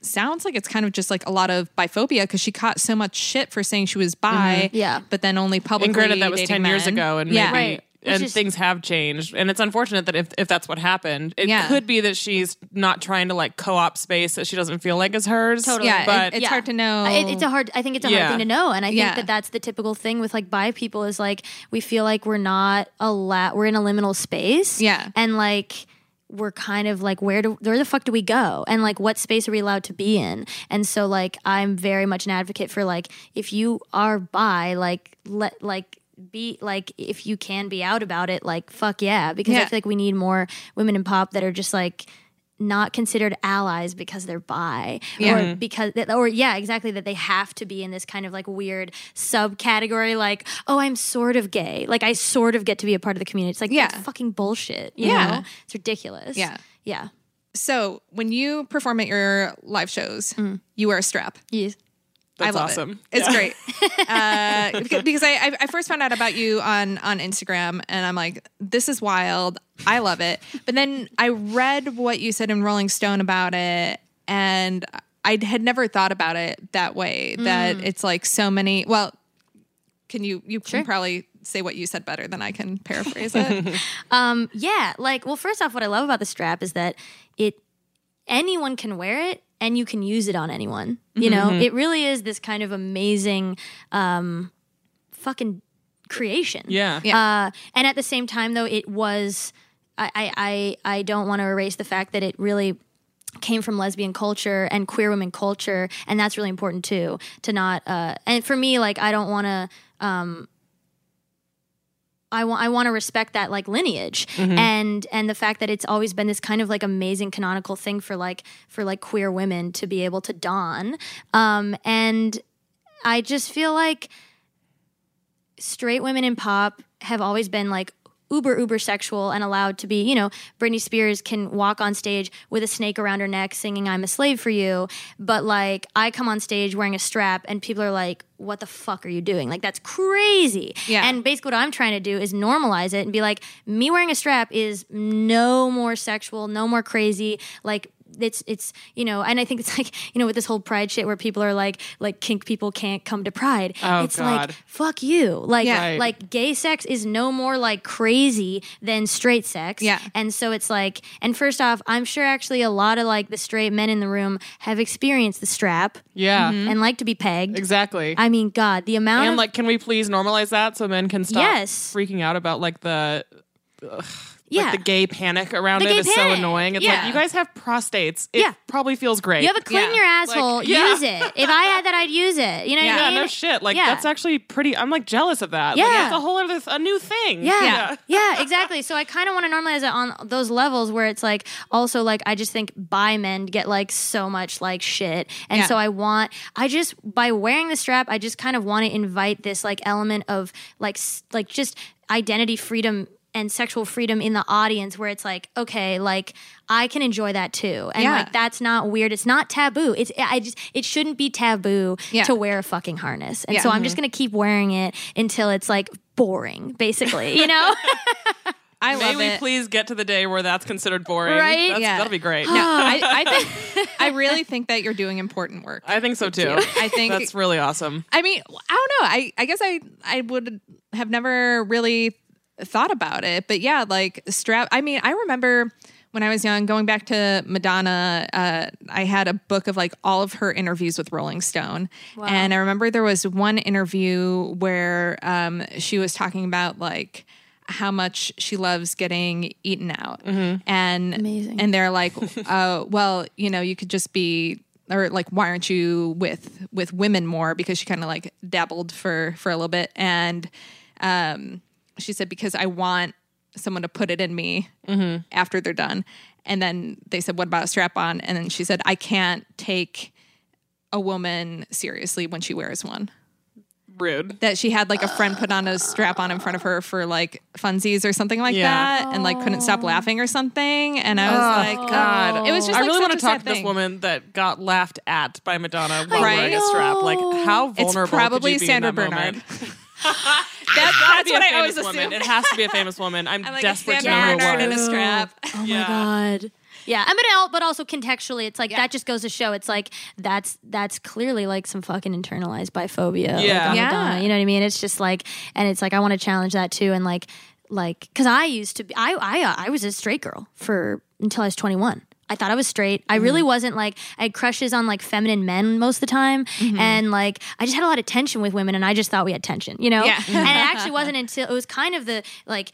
S4: sounds like it's kind of just like a lot of biphobia because she caught so much shit for saying she was bi,
S2: Mm-hmm. Yeah.
S4: but then only publicly.
S1: and granted, that was
S4: dating
S1: ten years
S4: men.
S1: ago, and
S4: yeah,
S1: maybe
S2: Right. Which
S1: and
S2: is-
S1: things have changed. And it's unfortunate that if if that's what happened, it
S4: Yeah.
S1: could be that she's not trying to like co-op space that she doesn't feel like is hers.
S2: Totally.
S4: yeah, it-
S1: but
S4: it's hard to know.
S2: I- it's a hard. I think it's a
S1: Yeah.
S2: hard thing to know, and I think
S4: Yeah.
S2: that that's the typical thing with like bi people is like we feel like we're not a lot. We're in a liminal space.
S4: Yeah.
S2: and like we're kind of like where do where the fuck do we go and like what space are we allowed to be in and so like i'm very much an advocate for like if you are bi like let like be like if you can be out about it like fuck yeah because i
S4: Yeah.
S2: feel like we need more women in pop that are just like not considered allies because they're bi
S4: Mm-hmm.
S2: or because or yeah exactly that they have to be in this kind of like weird subcategory like oh i'm sort of gay like i sort of get to be a part of the community it's like
S4: Yeah.
S2: that's fucking bullshit you
S4: Yeah.
S2: know? it's ridiculous
S4: Yeah.
S2: yeah
S4: So when you perform at your live shows, you wear a strap.
S1: That's
S4: I love
S1: awesome.
S4: It. It's
S1: Yeah. *laughs*
S4: great uh, beca- because I, I- I first found out about you on on Instagram, and I'm like, this is wild. I love it. But then I read what you said in Rolling Stone about it, and I had never thought about it that way. That it's like so many. Well, can you you can probably say what you said better than I can paraphrase it.
S2: Um, yeah, like well, first off, what I love about the strap is that it anyone can wear it and you can use it on anyone. You know, it really is this kind of amazing, um, fucking creation.
S1: Yeah.
S2: Uh, and at the same time, though, it was. I I I, I don't want to erase the fact that it really came from lesbian culture and queer women culture, and that's really important too. To not uh, and for me, like I don't want to. Um, I want I want to respect that like lineage and and the fact that it's always been this kind of like amazing canonical thing for like for like queer women to be able to don um and I just feel like straight women in pop have always been like uber uber sexual and allowed to be you know britney spears can walk on stage with a snake around her neck singing i'm a slave for you but like i come on stage wearing a strap and people are like what the fuck are you doing like that's crazy
S4: Yeah.
S2: and basically what i'm trying to do is normalize it and be like me wearing a strap is no more sexual no more crazy like it's it's you know and i think it's like you know with this whole pride shit where people are like like kink people can't come to pride
S1: Oh,
S2: it's
S1: God.
S2: like fuck you like
S4: Yeah.
S1: Right.
S2: like gay sex is no more like crazy than straight sex
S4: Yeah.
S2: and so it's like and first off i'm sure actually a lot of like the straight men in the room have experienced the strap
S1: Yeah.
S2: and like to be pegged
S1: Exactly.
S2: Mm-hmm. i mean god the amount
S1: Mm-hmm. and
S2: of
S1: like, can we please normalize that so men can stop
S2: Yes.
S1: freaking out about like the
S2: yeah
S1: like the gay panic around
S2: The
S1: it
S2: gay
S1: is so
S2: panic.
S1: annoying. It's like
S2: Yeah.
S1: you guys have prostates. It
S2: Yeah.
S1: probably feels great.
S2: you have a clean
S4: Yeah.
S2: your asshole
S1: Like, yeah.
S2: use it if i had that i'd use it you know what
S1: yeah,
S2: i mean
S1: no shit. Like
S2: Yeah.
S1: that's actually pretty. I'm like jealous of that.
S2: Yeah.
S1: like, that's a whole other th- a new thing.
S2: Yeah. Yeah, exactly. So I kind of want to normalize it on those levels where it's like also like I just think bi men get like so much like shit. And
S4: Yeah.
S2: so I want I just by wearing the strap, I just kind of want to invite this like element of like s- like just identity freedom and sexual freedom in the audience where it's like okay like i can enjoy that too and
S4: Yeah.
S2: like that's not weird it's not taboo it's i just it shouldn't be taboo
S4: Yeah.
S2: to wear a fucking harness and
S4: Yeah. Mm-hmm.
S2: so i'm just gonna keep wearing it until it's like boring basically you know
S4: I
S1: May
S4: love
S1: we
S4: it.
S1: please get to the day where that's considered boring.
S2: Right?
S1: That's-
S4: Yeah.
S1: That'll be
S4: *gasps*
S1: great.
S4: No, I,
S1: *laughs*
S4: I think I really think that you're doing important work.
S1: I think so too. *laughs*
S4: I think
S1: that's really awesome.
S4: I mean, I don't know. I, I guess I, I would have never really thought about it, but yeah, like strap. I mean, I remember when I was young, going back to Madonna, uh, I had a book of like all of her interviews with Rolling Stone. And I remember there was one interview where um, she was talking about like, how much she loves getting eaten out and
S2: Amazing.
S4: and they're like *laughs* uh, well you know you could just be or like why aren't you with with women more because she kind of like dabbled for for a little bit and um she said because i want someone to put it in me
S1: Mm-hmm.
S4: after they're done and then they said what about a strap on and then she said i can't take a woman seriously when she wears one
S1: Rude.
S4: that she had like a friend put on a strap on in front of her for like funsies or something like
S1: Yeah.
S4: that and like couldn't stop laughing or something and i was like
S1: God,
S4: it was just
S1: I
S4: like,
S1: really
S4: such
S1: want
S4: a
S1: to talk
S4: sad
S1: to this
S4: thing.
S1: woman that got laughed at by Madonna while
S4: Right.
S1: wearing a strap. Like how vulnerable
S4: it's probably
S1: could you be
S4: Sandra
S1: in that moment? *laughs*
S4: Bernard That- that's
S1: Be a
S4: what i always
S1: famous
S4: assume
S1: woman. It has to be a famous woman. I'm
S4: *laughs* I'm like
S1: desperate to know
S4: Sandra
S1: who
S4: Bernard
S1: it
S4: in a
S1: was.
S4: strap
S1: *laughs*
S2: Oh
S1: Yeah.
S2: my god. Yeah, I mean, al- but also contextually, it's like that just goes to show it's like that's that's clearly like some fucking internalized biphobia. like,
S1: Yeah.
S2: on
S4: Yeah.
S2: Madonna, you know what I mean? It's just like, and it's like I want to challenge that too, and like, like, cause I used to be, I I uh, I was a straight girl for until I was twenty one. I thought I was straight. I really wasn't like I had crushes on like feminine men most of the time, and like I just had a lot of tension with women, and I just thought we had tension, you know.
S4: Yeah.
S2: and it actually wasn't until it was kind of the like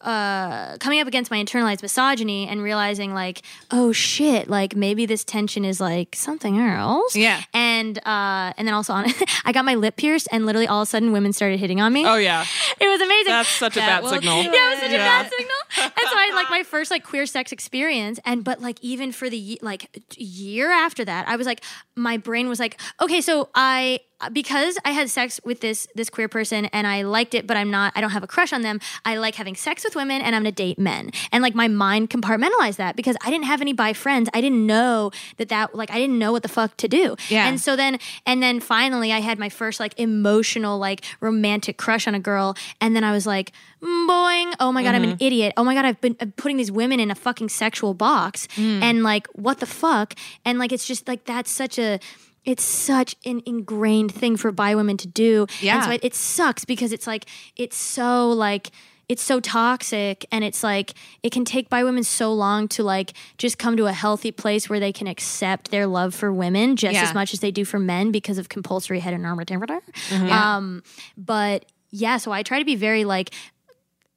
S2: uh, coming up against my internalized misogyny and realizing like oh shit like maybe this tension is like something else
S4: Yeah.
S2: and uh and then also on *laughs* i got my lip pierced and literally all of a sudden women started hitting on me
S1: Oh yeah,
S2: it was amazing
S1: that's such a
S4: That
S1: bad
S4: will
S1: signal.
S4: do
S2: yeah, it was such
S1: Yeah.
S2: a bad signal. And so I had like
S1: *laughs*
S2: my first like queer sex experience, and but like even for the ye- like t- year after that, I was like, my brain was like, okay, so I because I had sex with this this queer person and I liked it, but I'm not, I don't have a crush on them. I like having sex with with women and I'm going to date men. And like my mind compartmentalized that because I didn't have any bi friends. I didn't know that that, like, I didn't know what the fuck to do.
S4: Yeah.
S2: And so then, and then finally I had my first like emotional, like romantic crush on a girl. And then I was like, mm, boing. Oh my God, I'm an idiot. Oh my God, I've been uh, putting these women in a fucking sexual box. And like, what the fuck? And like, it's just like, that's such a, it's such an ingrained thing for bi women to do.
S4: Yeah.
S2: And so it, it sucks because it's like, it's so like, it's so toxic and it's like it can take bi women so long to like just come to a healthy place where they can accept their love for women just
S4: Yeah.
S2: as much as they do for men because of compulsory heteronormativity.
S4: Mm-hmm.
S2: Um but yeah, so I try to be very like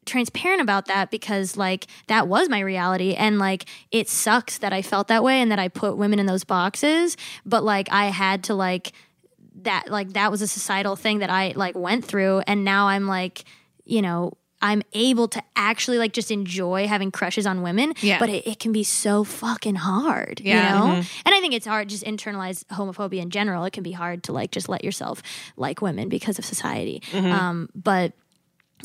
S2: transparent about that because like that was my reality and like it sucks that I felt that way and that I put women in those boxes, but like I had to like that like that was a societal thing that I like went through and now I'm like, you know, I'm able to actually like just enjoy having crushes on women,
S4: Yeah.
S2: but it, it can be so fucking hard,
S4: Yeah. Mm-hmm.
S2: you know? And I think it's hard just internalized homophobia in general. It can be hard to like just let yourself like women because of society.
S4: Mm-hmm.
S2: Um, but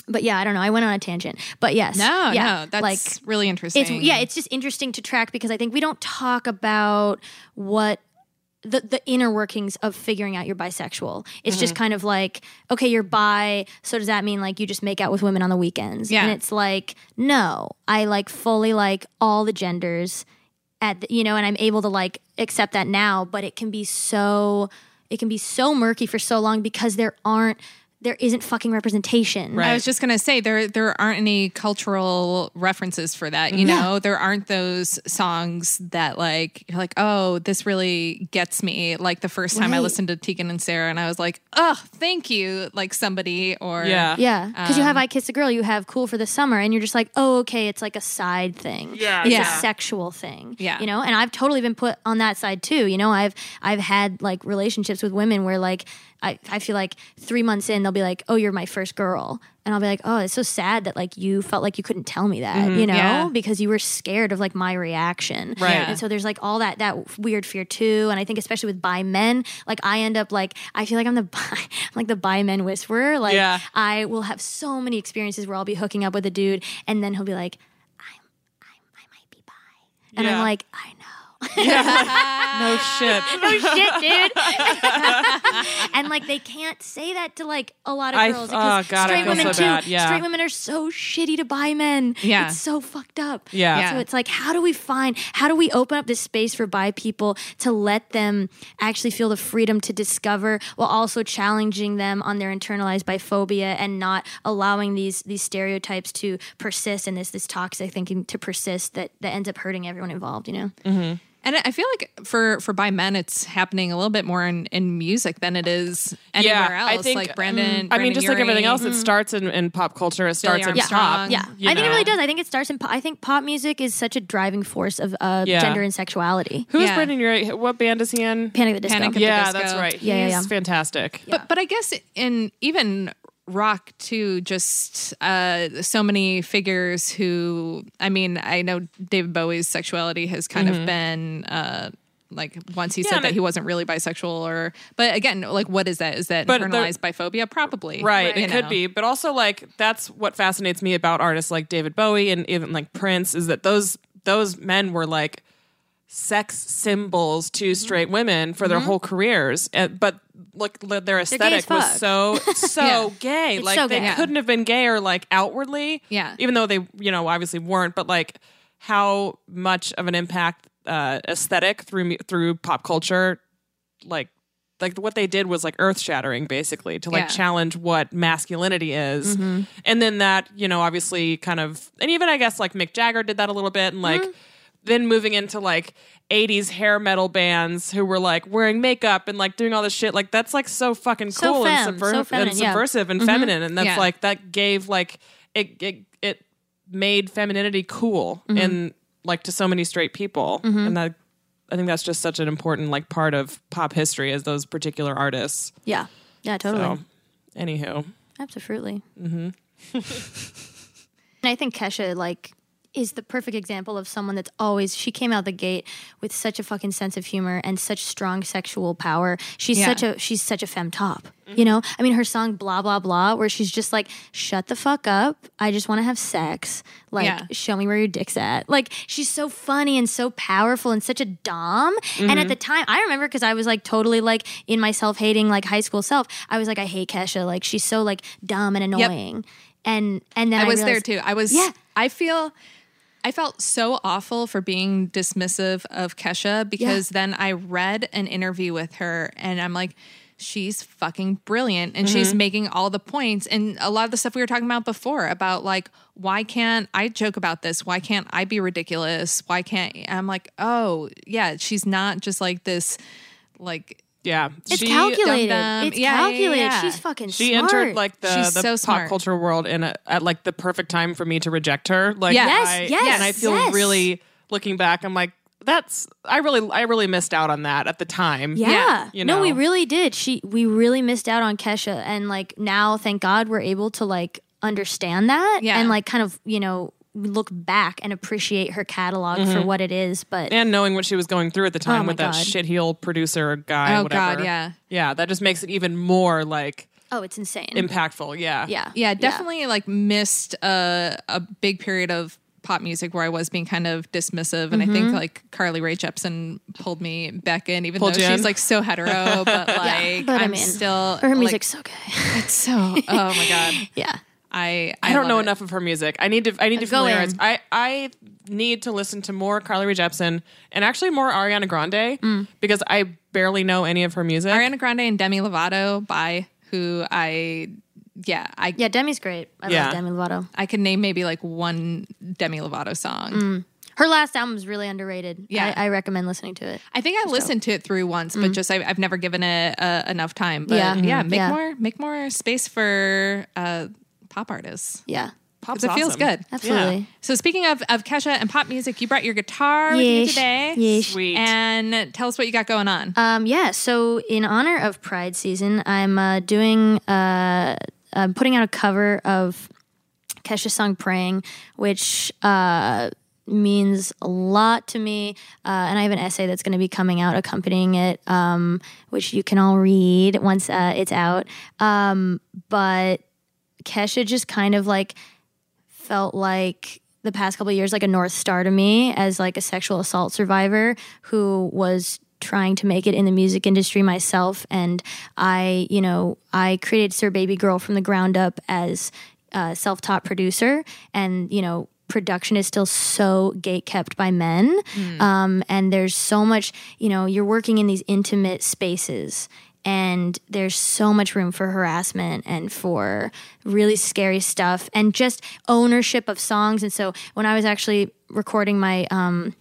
S2: but yeah, I don't know. I went on a tangent, but yes,
S4: No,
S2: yeah,
S4: no, that's
S2: like
S4: really interesting.
S2: it's yeah, it's just interesting to track because I think we don't talk about what the, the inner workings of figuring out you're bisexual. It's just
S4: Mm-hmm.
S2: kind of like, okay, you're bi, so does that mean like you just make out with women on the weekends?
S4: Yeah.
S2: And it's like, no, I like fully like all the genders at the, you know, and I'm able to like accept that now, but it can be so it can be so murky for so long because there aren't there isn't fucking representation.
S4: I was just gonna say there there aren't any cultural references for that. You know, there aren't those songs that like you're like, oh, this really gets me. Like the first time I
S2: Right.
S4: listened to Tegan and Sarah, and I was like, oh, thank you, like somebody or
S1: Yeah.
S2: Yeah, because you have
S4: Um,
S2: I Kiss a Girl, you have Cool for the Summer, and you're just like, oh, okay, it's like a side thing.
S1: Yeah,
S2: it's
S4: yeah.
S2: a sexual thing.
S4: Yeah.
S2: you know, and I've totally been put on that side too. You know, I've I've had like relationships with women where like I I feel like three months in they'll be like, oh, you're my first girl, and I'll be like, oh, it's so sad that like you felt like you couldn't tell me that, you know,
S4: Mm-hmm. yeah.
S2: because you were scared of like my reaction.
S1: Right.
S2: And so there's like all that that weird fear too, and I think especially with bi men, like I end up like I feel like I'm the *laughs* bi, I'm like the bi men whisperer. Like
S1: Yeah.
S2: I will have so many experiences where I'll be hooking up with a dude, and then he'll be like, "I'm, I'm I might be bi," and
S1: Yeah.
S2: I'm like, "I know."
S1: no
S4: *laughs*
S1: shit. *laughs*
S2: No shit, dude. *laughs* and like they can't say that to like a lot of
S1: I-
S2: girls.
S1: oh,
S2: because
S1: God, I
S2: straight
S1: feel
S2: women
S1: so
S2: too.
S1: bad. Yeah.
S2: Straight women are so shitty to bi men.
S4: Yeah.
S2: It's so fucked up.
S1: Yeah.
S4: Yeah.
S2: So it's like, how do we find, how do we open up this space for bi people to let them actually feel the freedom to discover while also challenging them on their internalized biphobia and not allowing these these stereotypes to persist and this this toxic thinking to persist that that ends up hurting everyone involved, you know?
S4: And I feel like for for by men, it's happening a little bit more in, in music than it is anywhere
S1: Yeah, I
S4: else.
S1: think- mm,
S4: like Brandon,
S1: I mean,
S4: Brandon
S1: just like everything
S4: Urie. Mm.
S1: else, it starts in, in pop culture. It starts in
S4: Armstrong.
S1: pop.
S2: Yeah,
S1: you
S2: I think
S1: know?
S2: it really does. I think it starts in. Po- I think pop music is such a driving force of uh,
S1: Yeah.
S2: gender and sexuality.
S1: Who's
S4: Yeah.
S1: Brendan Urie? What band is he in?
S2: Panic at the Disco.
S4: Panic at the
S1: yeah,
S4: Disco.
S1: that's right.
S2: Yeah, yeah,
S1: He's
S2: yeah.
S1: fantastic.
S4: But but I guess in even rock too, just uh, so many figures who I mean, I know David Bowie's sexuality has kind of been uh, like once he said
S1: Mm-hmm. and
S4: that
S1: it-
S4: he wasn't really bisexual or but again, like what is that? Is that
S1: But the-
S4: internalized biphobia? Probably.
S1: Right,
S4: you
S1: it could
S4: know?
S1: be, but also like that's what fascinates me about artists like David Bowie and even like Prince is that those those men were like sex symbols to straight women for their whole careers, and, but like li- their
S2: gay as
S1: aesthetic was
S2: fuck.
S1: so so
S4: Yeah.
S1: gay, like
S2: so
S1: they
S2: gay.
S1: couldn't have been gay or like outwardly,
S4: Yeah.
S1: even though they you know obviously weren't, but like how much of an impact uh, aesthetic through mu- through pop culture like like what they did was like earth shattering basically to like
S4: Yeah.
S1: challenge what masculinity is
S2: Mm-hmm.
S1: and then that you know obviously kind of and even i guess like mick jagger did that a little bit and like
S2: Mm-hmm.
S1: then moving into like 80s hair metal bands who were like wearing makeup and like doing all this shit like that's like so fucking
S2: So
S1: cool
S2: femme,
S1: and, subver-
S2: so feminine,
S1: and
S2: yeah.
S1: subversive
S2: Mm-hmm.
S1: and feminine and that's
S4: Yeah.
S1: like that gave like it it, it made femininity cool
S2: Mm-hmm.
S1: and like to so many straight people and that I think that's just such an important like part of pop history as those particular artists.
S2: Yeah, yeah, totally,
S1: So, anywho,
S2: absolutely. Mm-hmm. and I think Kesha like is the perfect example of someone that's always she came out the gate with such a fucking sense of humor and such strong sexual power. She's
S4: Yeah.
S2: such a she's such a femme top. You know? I mean her song blah blah blah where she's just like shut the fuck up. I just want to have sex. Like
S4: Yeah.
S2: show me where your dick's at. Like she's so funny and so powerful and such a dom.
S4: Mm-hmm.
S2: And at the time, I remember because I was like totally like in my self hating like high school self. I was like, I hate Kesha. Like she's so like dumb and annoying. And and then I,
S4: I was
S2: realized-
S4: there too. I was.
S2: Yeah.
S4: I feel. I felt so awful for being dismissive of Kesha because then I read an interview with her and I'm like, she's fucking brilliant and she's
S2: Mm-hmm.
S4: making all the points and a lot of the stuff we were talking about before about like why can't I joke about this? Why can't I be ridiculous? Why can't I'm like, oh yeah, she's not just like this, like
S1: Yeah.
S2: It's
S1: She-
S2: calculated.
S4: dumb.
S2: It's
S4: Yeah, yeah,
S2: calculated.
S4: yeah.
S2: She's fucking
S1: She
S2: smart.
S1: entered like the,
S4: She's
S1: the
S4: so
S1: pop
S4: smart.
S1: culture world in a, at like the perfect time for me to reject her. Like
S4: Yes. Yes,
S1: I,
S2: yes,
S1: and I feel
S2: yes.
S1: really looking back. I'm like, that's I really I really missed out on that at the time.
S2: Yeah.
S1: you
S2: No, we
S1: know.
S2: really did. She we really missed out on Kesha and like now thank God we're able to like understand that
S4: Yeah.
S2: and like kind of, you know, look back and appreciate her catalog for what it is, but
S1: And knowing what she was going through at the time
S2: my
S1: with that
S2: God.
S1: shitheel producer guy,
S4: Oh,
S1: whatever.
S4: God, yeah.
S1: Yeah, that just makes it even more like
S2: oh, it's insane.
S1: impactful. Yeah.
S2: yeah.
S4: yeah definitely like missed a, a big period of pop music where i was being kind of dismissive and i think like carly Rae jepsen pulled me back in even
S1: Mm-hmm. Pulled
S4: though
S1: you
S4: she's
S1: in?
S4: like
S1: *laughs*
S4: so hetero but like
S2: but I
S4: i'm
S2: mean,
S4: still
S2: Her
S4: like,
S2: music's so good. *laughs*
S4: it's so oh my god
S1: *laughs*
S2: yeah.
S4: i i,
S1: I, don't
S4: love
S1: know
S4: it.
S1: enough of her music. I need to. I need to
S2: Go in.
S1: familiarize. I I need to listen to more Carly Rae Jepsen and actually more Ariana Grande because I barely know any of her music.
S4: Mm. ariana grande and demi lovato by who i yeah i
S2: Yeah, Demi's great. I
S1: Yeah.
S2: love Demi Lovato.
S4: i could name maybe like one demi lovato
S1: Mm-hmm.
S4: song
S2: Her last album's really underrated.
S4: Yeah.
S2: I, I recommend listening to it.
S4: I think I listened to it through once, but just I, I've never given it uh, enough time. But yeah,
S2: Mm-hmm. Yeah. Mhm.
S4: make
S2: Yeah.
S4: more make more space for uh, pop artists
S2: Yeah.
S1: Pop's
S4: because it feels
S1: awesome.
S4: good.
S2: Absolutely.
S4: So speaking of of Kesha and pop music, you brought your guitar with you
S2: Yeesh.
S4: today.
S2: Yeesh.
S1: Sweet.
S4: And tell us what you got going on.
S2: Um, yeah, so in honor of Pride season, I'm uh, doing uh, I'm putting out a cover of Kesha's song "Praying," which uh, means a lot to me, uh, and I have an essay that's going to be coming out accompanying it, um, which you can all read once uh, it's out. Um, but Kesha just kind of like felt like the past couple of years like a north star to me as like a sexual assault survivor who was trying to make it in the music industry myself and i you know i created sir baby girl from the ground up as a self-taught producer and you know production is still so gate kept by men um, and there's so much you know you're working in these intimate spaces and there's so much room for harassment and for really scary stuff and just ownership of songs and so when i was actually recording my um,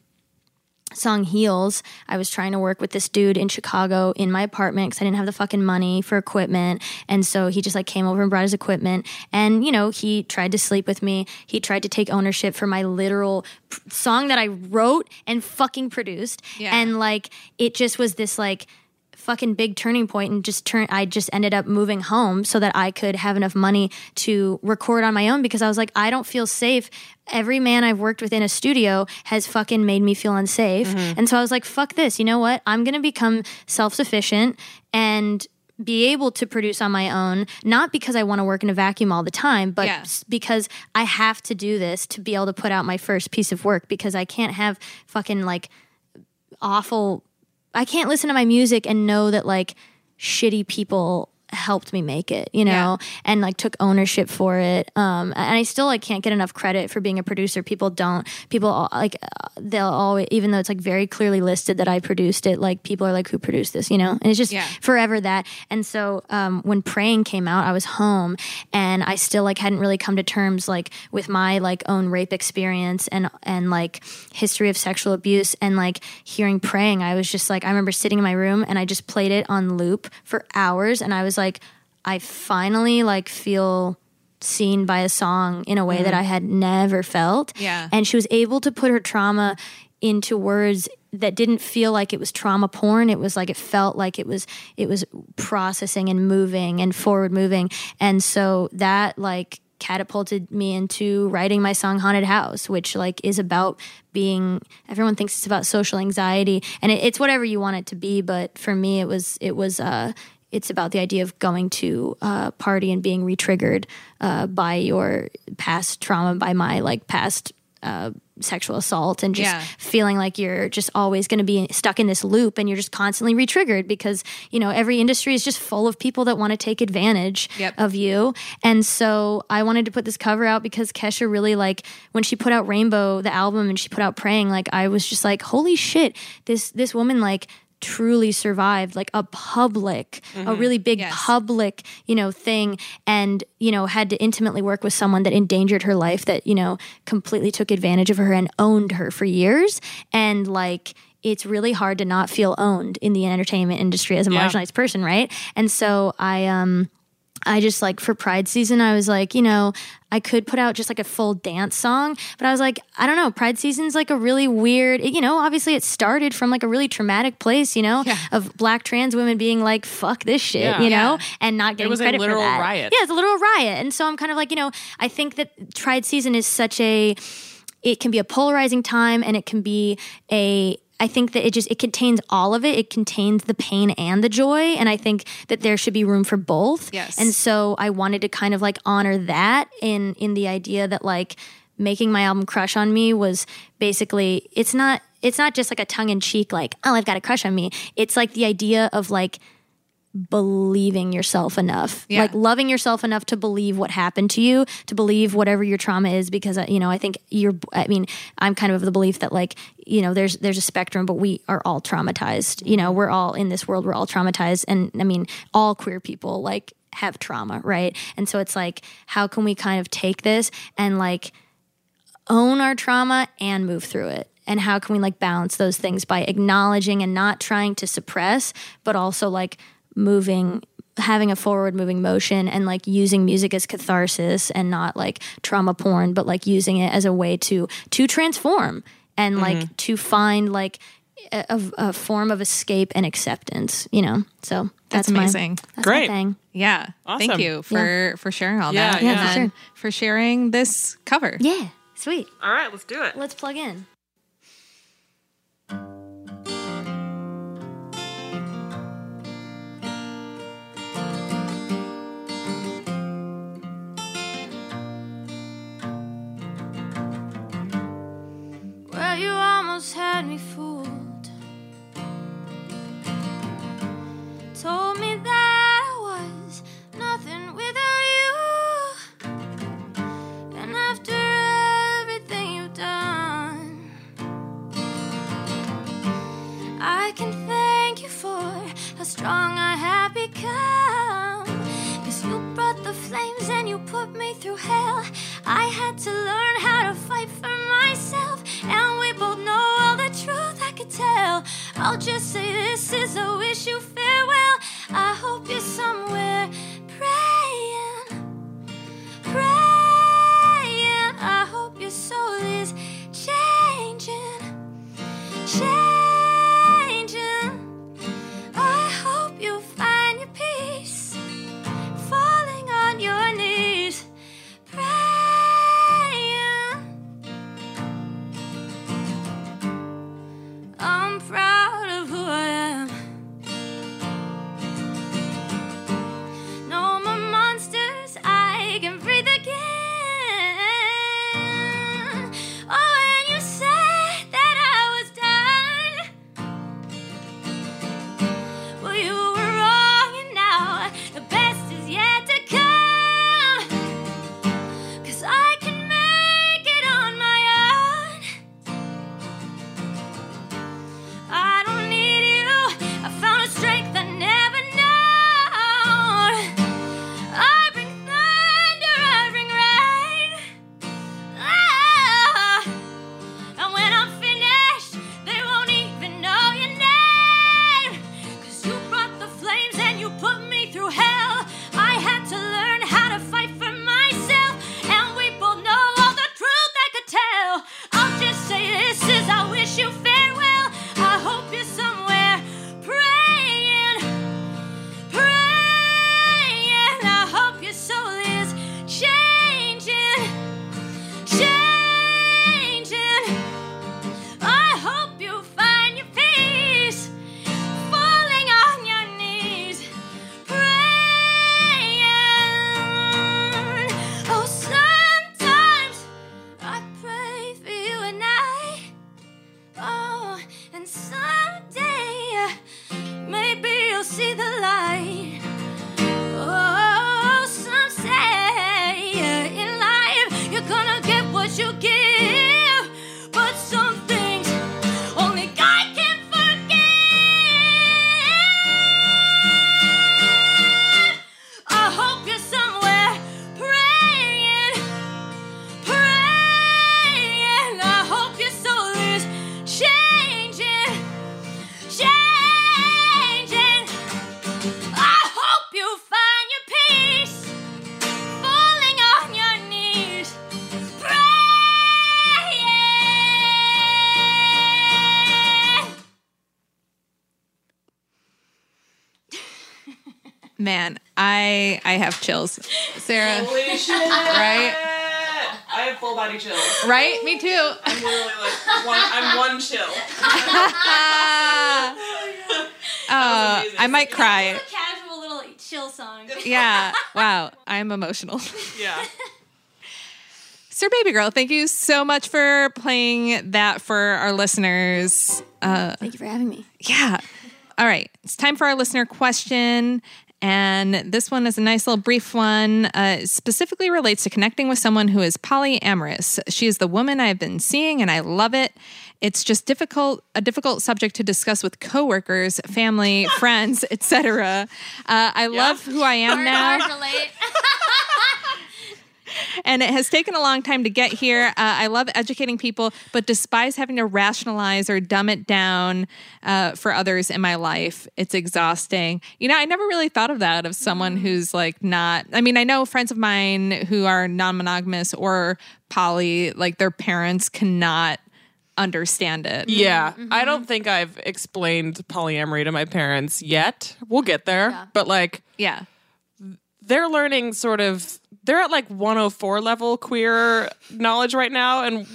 S2: song heels i was trying to work with this dude in chicago in my apartment because i didn't have the fucking money for equipment and so he just like came over and brought his equipment and you know he tried to sleep with me he tried to take ownership for my literal p- song that i wrote and fucking produced
S4: Yeah.
S2: and like it just was this like fucking big turning point and just turn I just ended up moving home so that I could have enough money to record on my own because I was like I don't feel safe every man I've worked with in a studio has fucking made me feel unsafe and so I was like fuck this you know what I'm going to become self-sufficient and be able to produce on my own not because I want to work in a vacuum all the time but
S4: Yeah.
S2: s- because I have to do this to be able to put out my first piece of work because I can't have fucking like awful I can't listen to my music and know that like shitty people helped me make it, you know, and like took ownership for it. Um and I still like can't get enough credit for being a producer. People don't. People all- like uh, they'll always even though it's like very clearly listed that I produced it, like people are like who produced this, you know. And it's just
S4: Yeah.
S2: forever that. And so um, when praying came out, I was home and I still like hadn't really come to terms like with my like own rape experience and and like history of sexual abuse and like hearing praying, I was just like I remember sitting in my room and I just played it on loop for hours and I was like I finally like feel seen by a song in a way that I had never felt.
S4: Yeah.
S2: And she was able to put her trauma into words that didn't feel like it was trauma porn. It was like it felt like it was it was processing and moving and forward moving. And so that like catapulted me into writing my song haunted house which like is about being everyone thinks it's about social anxiety and it, it's whatever you want it to be but for me it was it was uh it's about the idea of going to a party and being retriggered uh, by your past trauma by my like past uh, sexual assault and just
S4: Yeah.
S2: feeling like you're just always going to be stuck in this loop and you're just constantly retriggered because you know every industry is just full of people that want to take advantage
S4: Yep.
S2: of you and so i wanted to put this cover out because kesha really like when she put out rainbow the album and she put out praying like i was just like holy shit this this woman like truly survived like a public a really big
S4: Yes.
S2: public you know thing and you know had to intimately work with someone that endangered her life that you know completely took advantage of her and owned her for years and like it's really hard to not feel owned in the entertainment industry as a
S1: Yeah.
S2: marginalized person right and so i um I just like for Pride season, I was like, you know, I could put out just like a full dance song, but I was like, I don't know. Pride season's like a really weird, you know, obviously it started from like a really traumatic place, you know, of black trans women being like, fuck this shit,
S1: Yeah.
S2: you know, and not getting
S1: was a
S2: credit
S1: literal
S2: for that.
S1: riot.
S2: Yeah, it's a literal riot. And so I'm kind of like, you know, I think that Pride season is such a, it can be a polarizing time and it can be a I think that it just it contains all of it. It contains the pain and the joy and I think that there should be room for both.
S4: Yes.
S2: And so I wanted to kind of like honor that in in the idea that like making my album Crush on Me was basically it's not it's not just like a tongue in cheek like oh I've got a crush on me. It's like the idea of like believing yourself enough
S4: Yeah.
S2: like loving yourself enough to believe what happened to you to believe whatever your trauma is because uh, you know i think you're i mean i'm kind of of the belief that like you know there's there's a spectrum but we are all traumatized you know we're all in this world we're all traumatized and i mean all queer people like have trauma right and so it's like how can we kind of take this and like own our trauma and move through it and how can we like balance those things by acknowledging and not trying to suppress but also like moving having a forward moving motion and like using music as catharsis and not like trauma porn but like using it as a way to to transform and
S4: Mm-hmm.
S2: like to find like a, a- a form of escape and acceptance you know so that's,
S4: That's
S2: my-
S4: amazing.
S2: that's my
S1: Great.
S2: thing
S4: Yeah. Thank
S1: Awesome.
S4: you for for sharing all
S1: Yeah,
S4: that.
S1: yeah.
S2: Yeah, for
S4: and
S2: sure.
S4: for sharing this cover.
S2: yeah sweet
S1: All right, let's do it.
S2: let's plug in
S3: Well, you almost had me fooled. Told me that I was nothing without you. And after everything you've done, I can thank you for how strong I have become. Cause you brought the flames and you put me through hell. I had to learn how to fight for myself. And we both know all the truth I could tell. I'll just say this is a wish you farewell. I hope you're somewhere praying praying. I hope your soul is changing, changing. I hope you find your peace, falling on your knees, praying. I'm proud of who I am.
S2: Oh, Ah, Oh, Oh, uh, Oh, uh,
S4: Man, I I have chills.
S1: *laughs*
S4: Sarah, right?
S1: I have full body chills.
S4: Right? Me too.
S1: I'm literally like one. I'm one chill.
S4: Uh,
S1: amazing.
S4: I might cry.
S2: Casual little chill song.
S4: Yeah. Wow. I'm emotional. *laughs*
S1: Yeah.
S4: Sir Baby Girl, thank you so much for playing that for our listeners. Uh,
S2: Thank you for having me.
S4: Yeah. All right. It's time for our listener question. And this one is a nice little brief one. Uh, it specifically relates to connecting with someone who is polyamorous. She is the woman I've been seeing, and I love it. It's just difficult a difficult subject to discuss with coworkers, family, *laughs* friends, etc. Uh, I love who I am now.
S2: Hard relate.
S4: and it has taken a long time to get here. Uh, I love educating people, but despise having to rationalize or dumb it down uh, for others in my life. It's exhausting. You know, I never really thought of that of
S1: Mm.
S4: someone who's like not. I mean, I know friends of mine who are non monogamous or poly, like their parents cannot understand it.
S1: Yeah.
S4: Mm-hmm.
S1: I don't think I've explained polyamory to my parents yet. We'll get there. But like
S4: Yeah.
S1: they're learning sort of they're at like 104 level queer knowledge right now and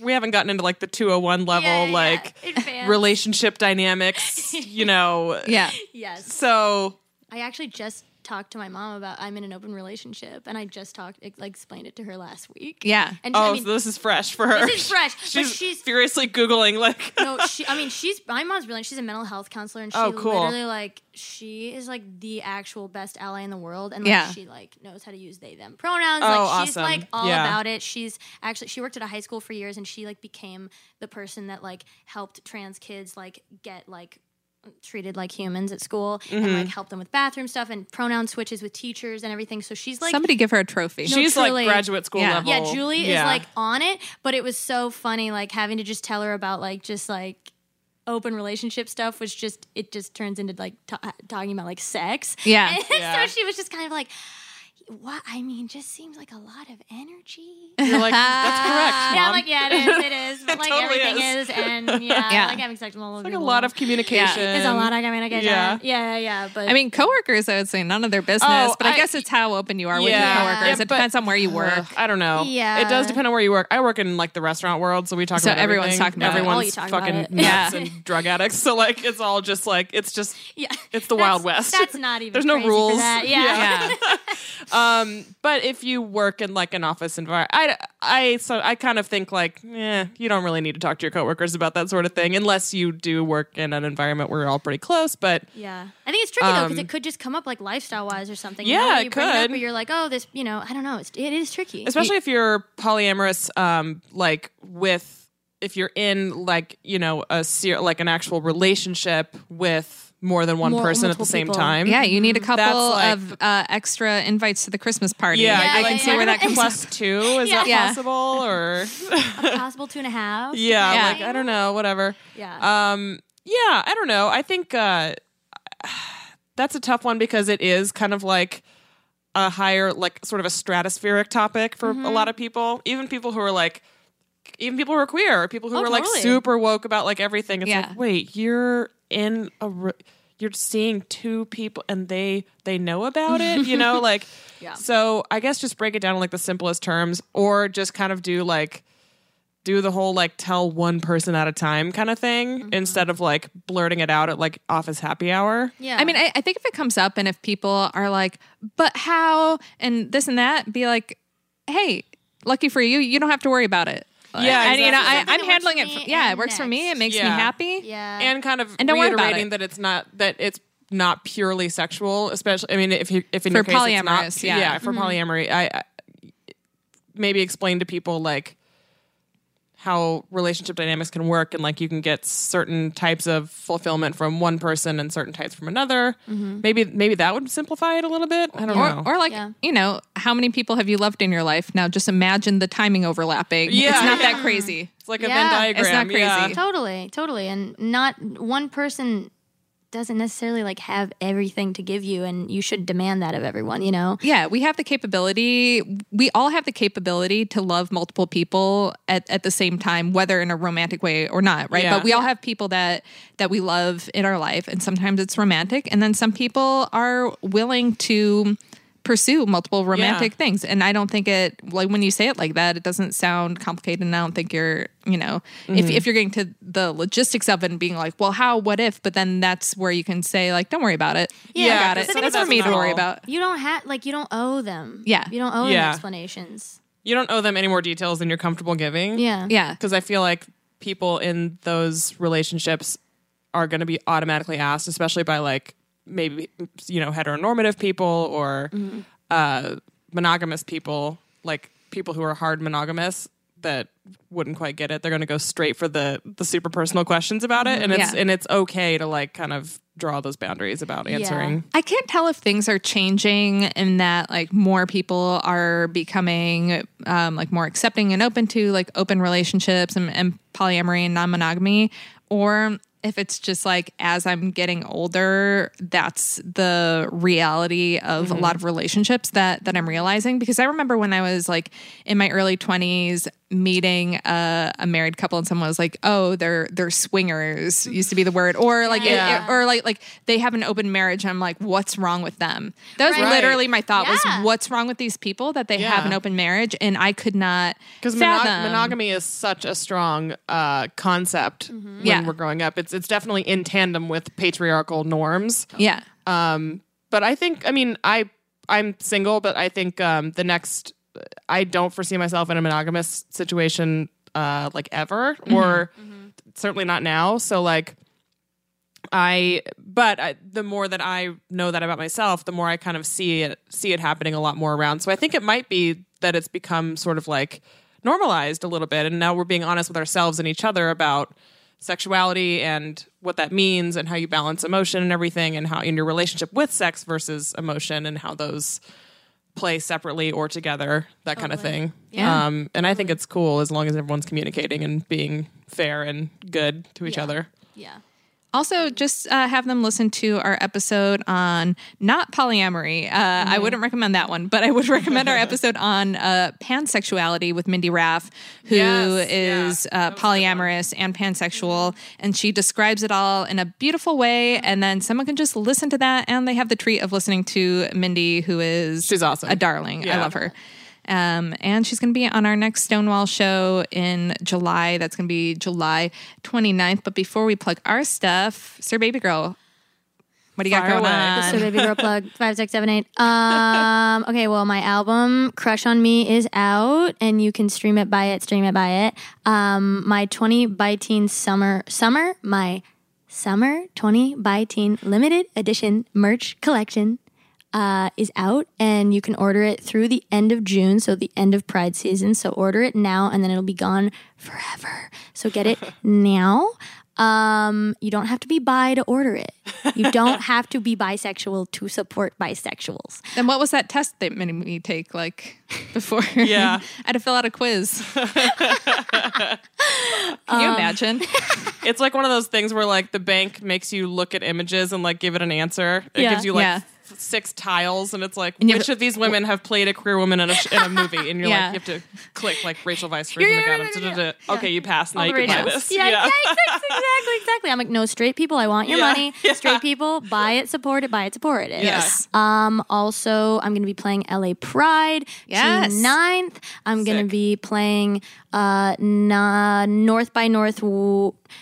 S1: we haven't gotten into like the 201 level
S2: Yeah, yeah,
S1: like
S2: yeah. Advanced.
S1: relationship
S2: *laughs*
S1: dynamics, you know.
S4: Yeah.
S2: Yes.
S1: So
S2: I actually just talked to my mom about I'm in an open relationship, and I just talked like explained it to her last week.
S4: Yeah.
S2: And she,
S1: oh,
S2: I mean,
S1: so this is fresh for her.
S2: This is fresh, but
S1: She's,
S2: she's-
S1: furiously googling like
S2: no, she. I mean, she's my mom's brilliant. She's a mental health counselor, and she
S1: Oh, cool.
S2: literally like she is like the actual best ally in the world, and like,
S4: Yeah.
S2: she like knows how to use they them pronouns.
S1: Oh,
S2: like she's
S1: awesome.
S2: like all
S1: Yeah.
S2: about it. She's actually she worked at a high school for years, and she like became the person that like helped trans kids like get like treated like humans at school and
S1: Mm-hmm.
S2: like helped them with bathroom stuff and pronoun switches with teachers and everything. So she's like
S4: Somebody give her a
S1: *laughs*
S4: trophy.
S1: she's
S2: truly.
S1: like graduate school
S4: Yeah.
S1: level.
S2: yeah, Julie
S1: Yeah.
S2: is like on it, but it was so funny, like having to just tell her about like just like open relationship stuff was just it just turns into like ta talking about like sex.
S4: Yeah.
S2: And
S1: Yeah.
S2: *laughs* so she was just kind of like, "What? I mean, just seems like a lot of energy."
S1: You're like that's correct.
S2: *laughs* Yeah,
S1: Mom.
S2: I'm like, yeah, it is,
S1: *laughs*
S2: it is. But like
S1: totally
S2: everything is, and
S1: *laughs*
S2: yeah,
S4: Yeah.
S2: like having sex with all
S1: like a lot of communication.
S2: There's a lot of communication.
S1: Yeah.
S2: Yeah, yeah, yeah. But
S4: I mean, coworkers, I would say none of their business,
S1: Oh,
S4: but I,
S1: I-
S4: guess it's how open you are
S1: Yeah.
S4: with your coworkers.
S1: Yeah,
S4: it
S1: but-
S4: depends on where you work.
S1: Ugh, Uh, I don't know.
S2: Yeah.
S1: it does depend on where you work. I work in like the restaurant world, so we talk
S4: So
S1: about
S4: everyone's
S1: everything.
S4: talking about it.
S1: everyone's
S2: All you talk about
S1: fucking
S2: it.
S1: nuts
S4: Yeah.
S1: and drug addicts. *laughs* So like it's all just like it's just
S2: yeah,
S1: it's the
S2: That's-
S1: Wild West.
S2: That's not even.
S1: There's no
S2: crazy for
S1: rules.
S2: that. Yeah.
S4: *laughs* yeah.
S1: Um, but if you work in like an office environment, I I so I kind of think like, eh, you don't really need to talk to your coworkers about that sort of thing unless you do work in an environment where you're all pretty close. But
S2: Yeah, I think it's tricky though
S1: Um,
S2: because it could just come up like lifestyle wise or something.
S1: Yeah,
S2: you know, where you
S1: it
S2: bring It up
S1: could.
S2: or you're like, oh, this, you know, I don't know. It's it is tricky.
S1: especially if you're polyamorous um like with if you're in like you know a ser- like an actual relationship with more than one
S2: More-
S1: person at the
S2: multiple
S1: same
S2: people.
S1: time
S4: Yeah, you need a couple
S1: Mm-hmm. like-
S4: of uh, extra invites to the Christmas party.
S1: yeah,
S2: Yeah,
S1: you're
S2: yeah,
S1: like,
S2: yeah.
S1: can I
S4: where
S1: get
S2: *laughs*
S1: a
S4: that comes
S1: plus two is that
S4: Yeah.
S1: possible or
S2: a possible two and a half.
S1: *laughs* yeah,
S4: Yeah.
S1: like i don't know whatever
S2: yeah.
S1: um yeah i don't know i think uh that's a tough one because it is kind of like a higher like sort of a stratospheric topic for
S2: Mm-hmm.
S1: a lot of people even people who are like even people who are queer or people who
S2: Oh,
S1: are like
S2: totally.
S1: super woke about like everything it's
S4: Yeah.
S1: like wait you're in a re- you're seeing two people and they they know about it you
S2: *laughs*
S1: know like
S2: Yeah.
S1: so i guess just break it down in like the simplest terms or just kind of do like do the whole like tell one person at a time kind of thing
S2: Mm-hmm.
S1: instead of like blurting it out at like office happy hour.
S2: yeah.
S4: I mean, I, I think if it comes up and if people are like, but how, and this and that, be like, hey, lucky for you, you don't have to worry about it.
S1: Yeah,
S4: and you know,
S1: exactly.
S2: Something
S4: I,
S2: that
S4: I'm
S2: works
S4: handling
S2: for
S4: it.
S2: me
S4: For, yeah, it
S2: and
S4: works for me. It
S2: next.
S4: makes me
S1: Yeah.
S4: happy.
S2: yeah.
S1: And kind of
S4: And don't worry about
S1: reiterating
S4: it.
S1: that it's not that it's not purely sexual, especially I mean if you if in
S4: For
S1: your case it's not-
S4: polyamorous, yeah.
S1: for
S2: Mm-hmm.
S1: polyamory, I, I maybe explain to people like how relationship dynamics can work and like you can get certain types of fulfillment from one person and certain types from another.
S2: Mm-hmm.
S1: Maybe maybe that would simplify it a little bit. I don't know.
S4: Or, or like,
S2: Yeah.
S4: you know, how many people have you loved in your life? Now just imagine the timing overlapping.
S1: Yeah.
S4: it's not
S1: Yeah.
S4: that crazy.
S1: it's like a
S2: Yeah.
S1: Venn diagram.
S4: It's not
S1: yeah.
S4: crazy.
S2: totally, totally, and not one person doesn't necessarily like have everything to give you and you should demand that of everyone, you know?
S4: Yeah, we have the capability. We all have the capability to love multiple people at, at the same time, whether in a romantic way or not, right?
S1: Yeah.
S4: But we all have people that that we love in our life, and sometimes it's romantic, and then some people are willing to pursue multiple romantic things. And I don't think it like when you say it like that, it doesn't sound complicated. And I don't think you're, you know, if if you're getting to the logistics of it and being like, well, how, what if? But then that's where you can say like, don't worry about it.
S2: Yeah,
S4: I got
S2: because
S4: it.
S2: then
S4: That's
S2: it
S4: for me to
S2: doesn't
S4: worry
S1: all-
S4: about.
S2: You don't have like you don't owe them.
S4: Yeah.
S2: You don't owe
S1: Yeah.
S2: them explanations.
S1: You don't owe them any more details than you're comfortable giving.
S2: Yeah.
S4: Yeah.
S1: Because I feel like people in those relationships are going to be automatically asked, especially by like maybe, you know, heteronormative people or uh, monogamous people, like people who are hard monogamous that wouldn't quite get it. They're going to go straight for the, the super personal questions about it. And it's,
S4: Yeah.
S1: and it's okay to like kind of draw those boundaries about answering.
S4: I can't tell if things are changing in that like more people are becoming um, like more accepting and open to like open relationships and, and polyamory and non monogamy, or if it's just like as I'm getting older, that's the reality of a lot of relationships that that I'm realizing. Because I remember when I was like in my early twenties meeting a, a married couple and someone was like, "Oh, they're they're swingers," used to be the word, or like it-
S1: Yeah.
S4: it- or like like they have an open marriage and I'm like what's wrong with them that was
S2: Right.
S4: literally my thought
S2: Yeah.
S4: was what's wrong with these people that they have
S1: Yeah.
S4: an open marriage and I could not
S1: because mono-
S4: fathom.
S1: monogamy is such a strong uh, concept when
S4: Mm-hmm. Yeah.
S1: we're growing up. It's it's definitely in tandem with patriarchal norms.
S4: yeah
S1: Um, but I think I mean I I'm single, but I think um, the next I don't foresee myself in a monogamous situation uh, like ever, or
S4: Mm-hmm.
S1: certainly not now. So like I, but I, the more that I know that about myself, the more I kind of see it see it happening a lot more around. So I think it might be that it's become sort of like normalized a little bit, and now we're being honest with ourselves and each other about sexuality and what that means and how you balance emotion and everything and how in your relationship with sex versus emotion and how those play separately or together that kind of thing
S4: Yeah.
S1: um, and i think it's cool as long as everyone's communicating and being fair and good to each other
S2: Yeah.
S4: Also, just uh, have them listen to our episode on not polyamory. Uh,
S1: Mm-hmm.
S4: I wouldn't recommend that one, but I would
S1: *laughs*
S4: recommend our episode on uh, pansexuality with Mindy Raff, who is
S1: Yes, yeah.
S4: uh, polyamorous and pansexual.
S1: Mm-hmm.
S4: And she describes it all in a beautiful way. And then someone can just listen to that, and they have the treat of listening to Mindy, who is
S1: She's awesome.
S4: a darling. I
S1: Yeah.
S4: love her. Um, and she's going to be on our next Stonewall show in July. That's going to be July 29th. But before we plug our stuff, Sir Baby Girl, what do you
S1: Fire
S4: got going
S1: away.
S4: on?
S2: So baby girl plug five six seven eight. Um. Okay. Well, my album "Crush on Me" is out, and you can stream it, buy it, stream it, buy it. Um. My twenty by teen summer summer my summer twenty by teen limited edition merch collection. Uh, is out and you can order it through the end of June, so the end of Pride season. So order it now and then it'll be gone forever. So get it now. Um, you don't have to be bi to order it. You don't have to be bisexual to support bisexuals.
S4: And what was that test they made me take like *laughs* before?
S1: Yeah.
S4: *laughs* I had to fill out
S1: *laughs*
S4: a quiz. can you imagine?
S1: Um, It's like one of those things where like the bank makes you look at images and like give it an answer. It
S2: Yeah.
S1: gives you like
S4: Yeah.
S1: f- six tiles, and it's like
S4: you have
S1: which
S4: to-
S1: of these women have played a queer woman in a, sh- in a movie, and you're
S4: Yeah.
S1: like you have to click like Rachel Vice
S2: yeah,
S1: Virginia
S2: yeah,
S1: Adams.
S2: yeah, yeah,
S1: duh, duh, duh. Okay, you pass. Now you
S4: the
S1: can buy
S4: Rachels.
S1: this.
S2: Yeah, yeah. exactly, exactly, exactly. I'm like, no, straight people, I want your
S1: Yeah,
S2: money.
S1: *laughs* yeah.
S2: Straight people, buy it, support it, buy it, support it.
S1: Yes.
S2: Um, also, I'm going to be playing LA Pride
S4: Yes.
S2: June 9th. I'm going
S1: Sick.
S2: to be playing uh, na- North by North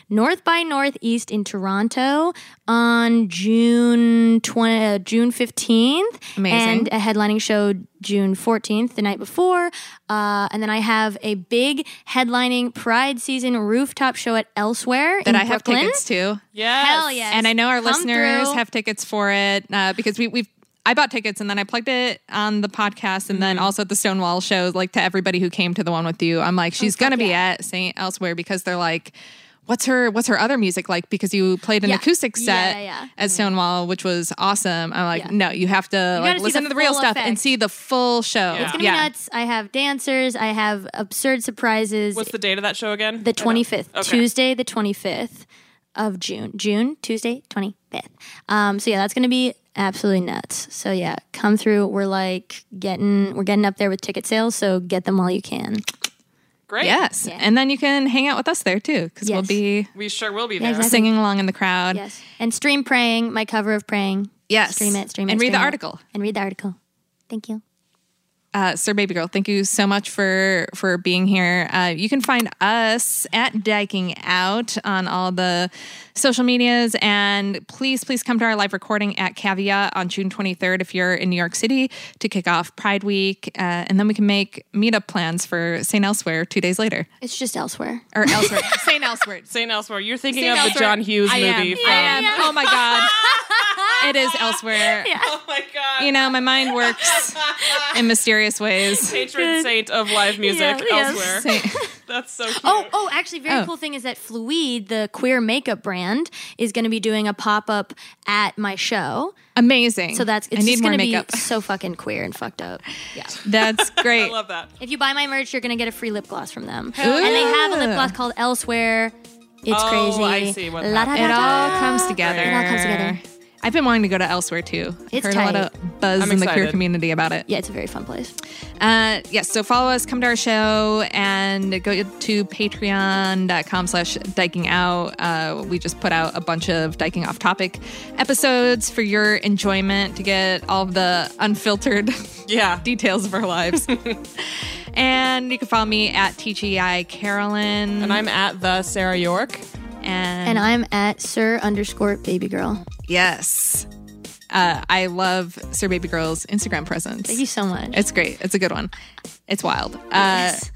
S2: North by Northeast in Toronto on June 20, uh, June 15th.
S4: Amazing.
S2: And a headlining show June 14th, the night before. Uh, and then I have a big headlining Pride season rooftop show at Elsewhere
S4: That
S2: in
S4: I have
S2: Brooklyn.
S4: tickets to.
S1: Yes.
S2: Hell yes.
S4: and I know our
S2: Come
S4: listeners
S2: through.
S4: have tickets for it uh, because we we've I bought tickets and then I plugged it on the podcast and
S2: Mm-hmm.
S4: then also at the Stonewall show like to everybody who came to the one with you. I'm
S2: Oh,
S4: like she's gonna be at Saint Elsewhere because they're like. What's her What's her other music like? Because you played an
S2: Yeah.
S4: acoustic
S2: Yeah,
S4: set
S2: yeah, yeah. Mm-hmm.
S4: at Stonewall, which was awesome. I'm like,
S2: Yeah.
S4: no, you have to
S2: gotta
S4: like
S2: see
S4: listen
S2: the
S4: to the real
S2: full
S4: stuff and
S2: effect.
S4: see the full show.
S1: It's
S2: It's gonna be nuts. I have dancers. I have absurd surprises.
S1: What's the date of that show again?
S2: the 25th,
S1: Okay.
S2: Tuesday, the 25th of June. June, Tuesday, 25th. Um, so yeah, that's gonna be absolutely nuts. So yeah, come through. We're like getting we're getting up there with ticket sales, so get them while you can.
S1: Great.
S4: Yes. And then you can hang out with us there too, because we'll
S2: Yes.
S4: be
S1: We sure will be
S2: Yeah,
S1: there.
S2: exactly.
S4: singing along in the crowd.
S2: Yes. And stream praying, my cover of praying.
S4: Yes.
S2: Stream it, stream it.
S4: And read the
S2: stream it.
S4: article.
S2: And read the article. Thank you.
S4: uh, Sir Baby Girl, thank you so much for for being here. Uh, you can find us at Diking Out on all the social medias, and please, please come to our live recording at Caveat on June 23rd if you're in New York City to kick off Pride Week, uh, and then we can make meetup plans for St. Elsewhere two days later
S2: It's just elsewhere.
S4: or
S1: *laughs*
S4: elsewhere. St. Elsewhere.
S1: St. Elsewhere. You're thinking
S4: St.
S1: of the
S4: Elsewhere.
S1: John Hughes
S4: I am.
S1: movie.
S4: I am. Oh
S1: *laughs*
S4: my god, it is elsewhere.
S1: Oh my God.
S4: You know, my mind
S1: *laughs*
S4: works in mysterious ways.
S1: Patron saint of live music
S2: Yeah, yes.
S1: elsewhere.
S4: Saint-
S1: *laughs* That's so cute.
S2: Oh, oh, actually, very
S4: Oh.
S2: cool thing is that Fluide, the queer makeup brand, is going to be doing a pop up at my show.
S4: Amazing.
S2: So that's
S4: I
S2: it's
S4: need
S2: just
S4: more
S2: going to be *laughs*
S4: makeup.
S2: so fucking queer and fucked up. Yeah.
S4: That's great.
S1: I love that.
S2: If you buy my merch, you're going to get a free lip gloss from them, and they have a lip gloss called Elsewhere. It's
S1: Oh,
S2: crazy.
S1: I see what
S2: La da
S4: it
S2: da
S4: all
S2: da.
S4: comes together.
S2: It all comes together.
S4: I've been wanting to go to elsewhere too.
S2: It's
S4: Heard a
S2: tight.
S4: lot of buzz
S1: I'm
S4: in the queer
S1: excited.
S4: community about it.
S2: Yeah, it's a very fun place.
S4: Uh, yes, so follow us, come to our show, and go to patreon.com slash diking out. Uh, we just put out a bunch of diking off topic episodes for your enjoyment to get all of the unfiltered
S1: *laughs* Yeah.
S4: details of
S1: *laughs*
S4: our lives. and you can follow me at TGI Carolyn.
S1: And I'm at the Sarah York.
S2: And I'm at Sir underscore Baby Girl.
S4: Yes. Uh, I love Sir Baby Girl's Instagram presence.
S2: Thank you so much.
S4: It's great. It's a good one. It's wild. Uh,
S2: Yes.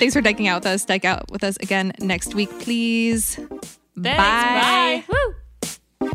S4: Thanks for decking out with us. Deck out with us again next week, please.
S1: Thanks.
S4: Bye.
S1: Bye.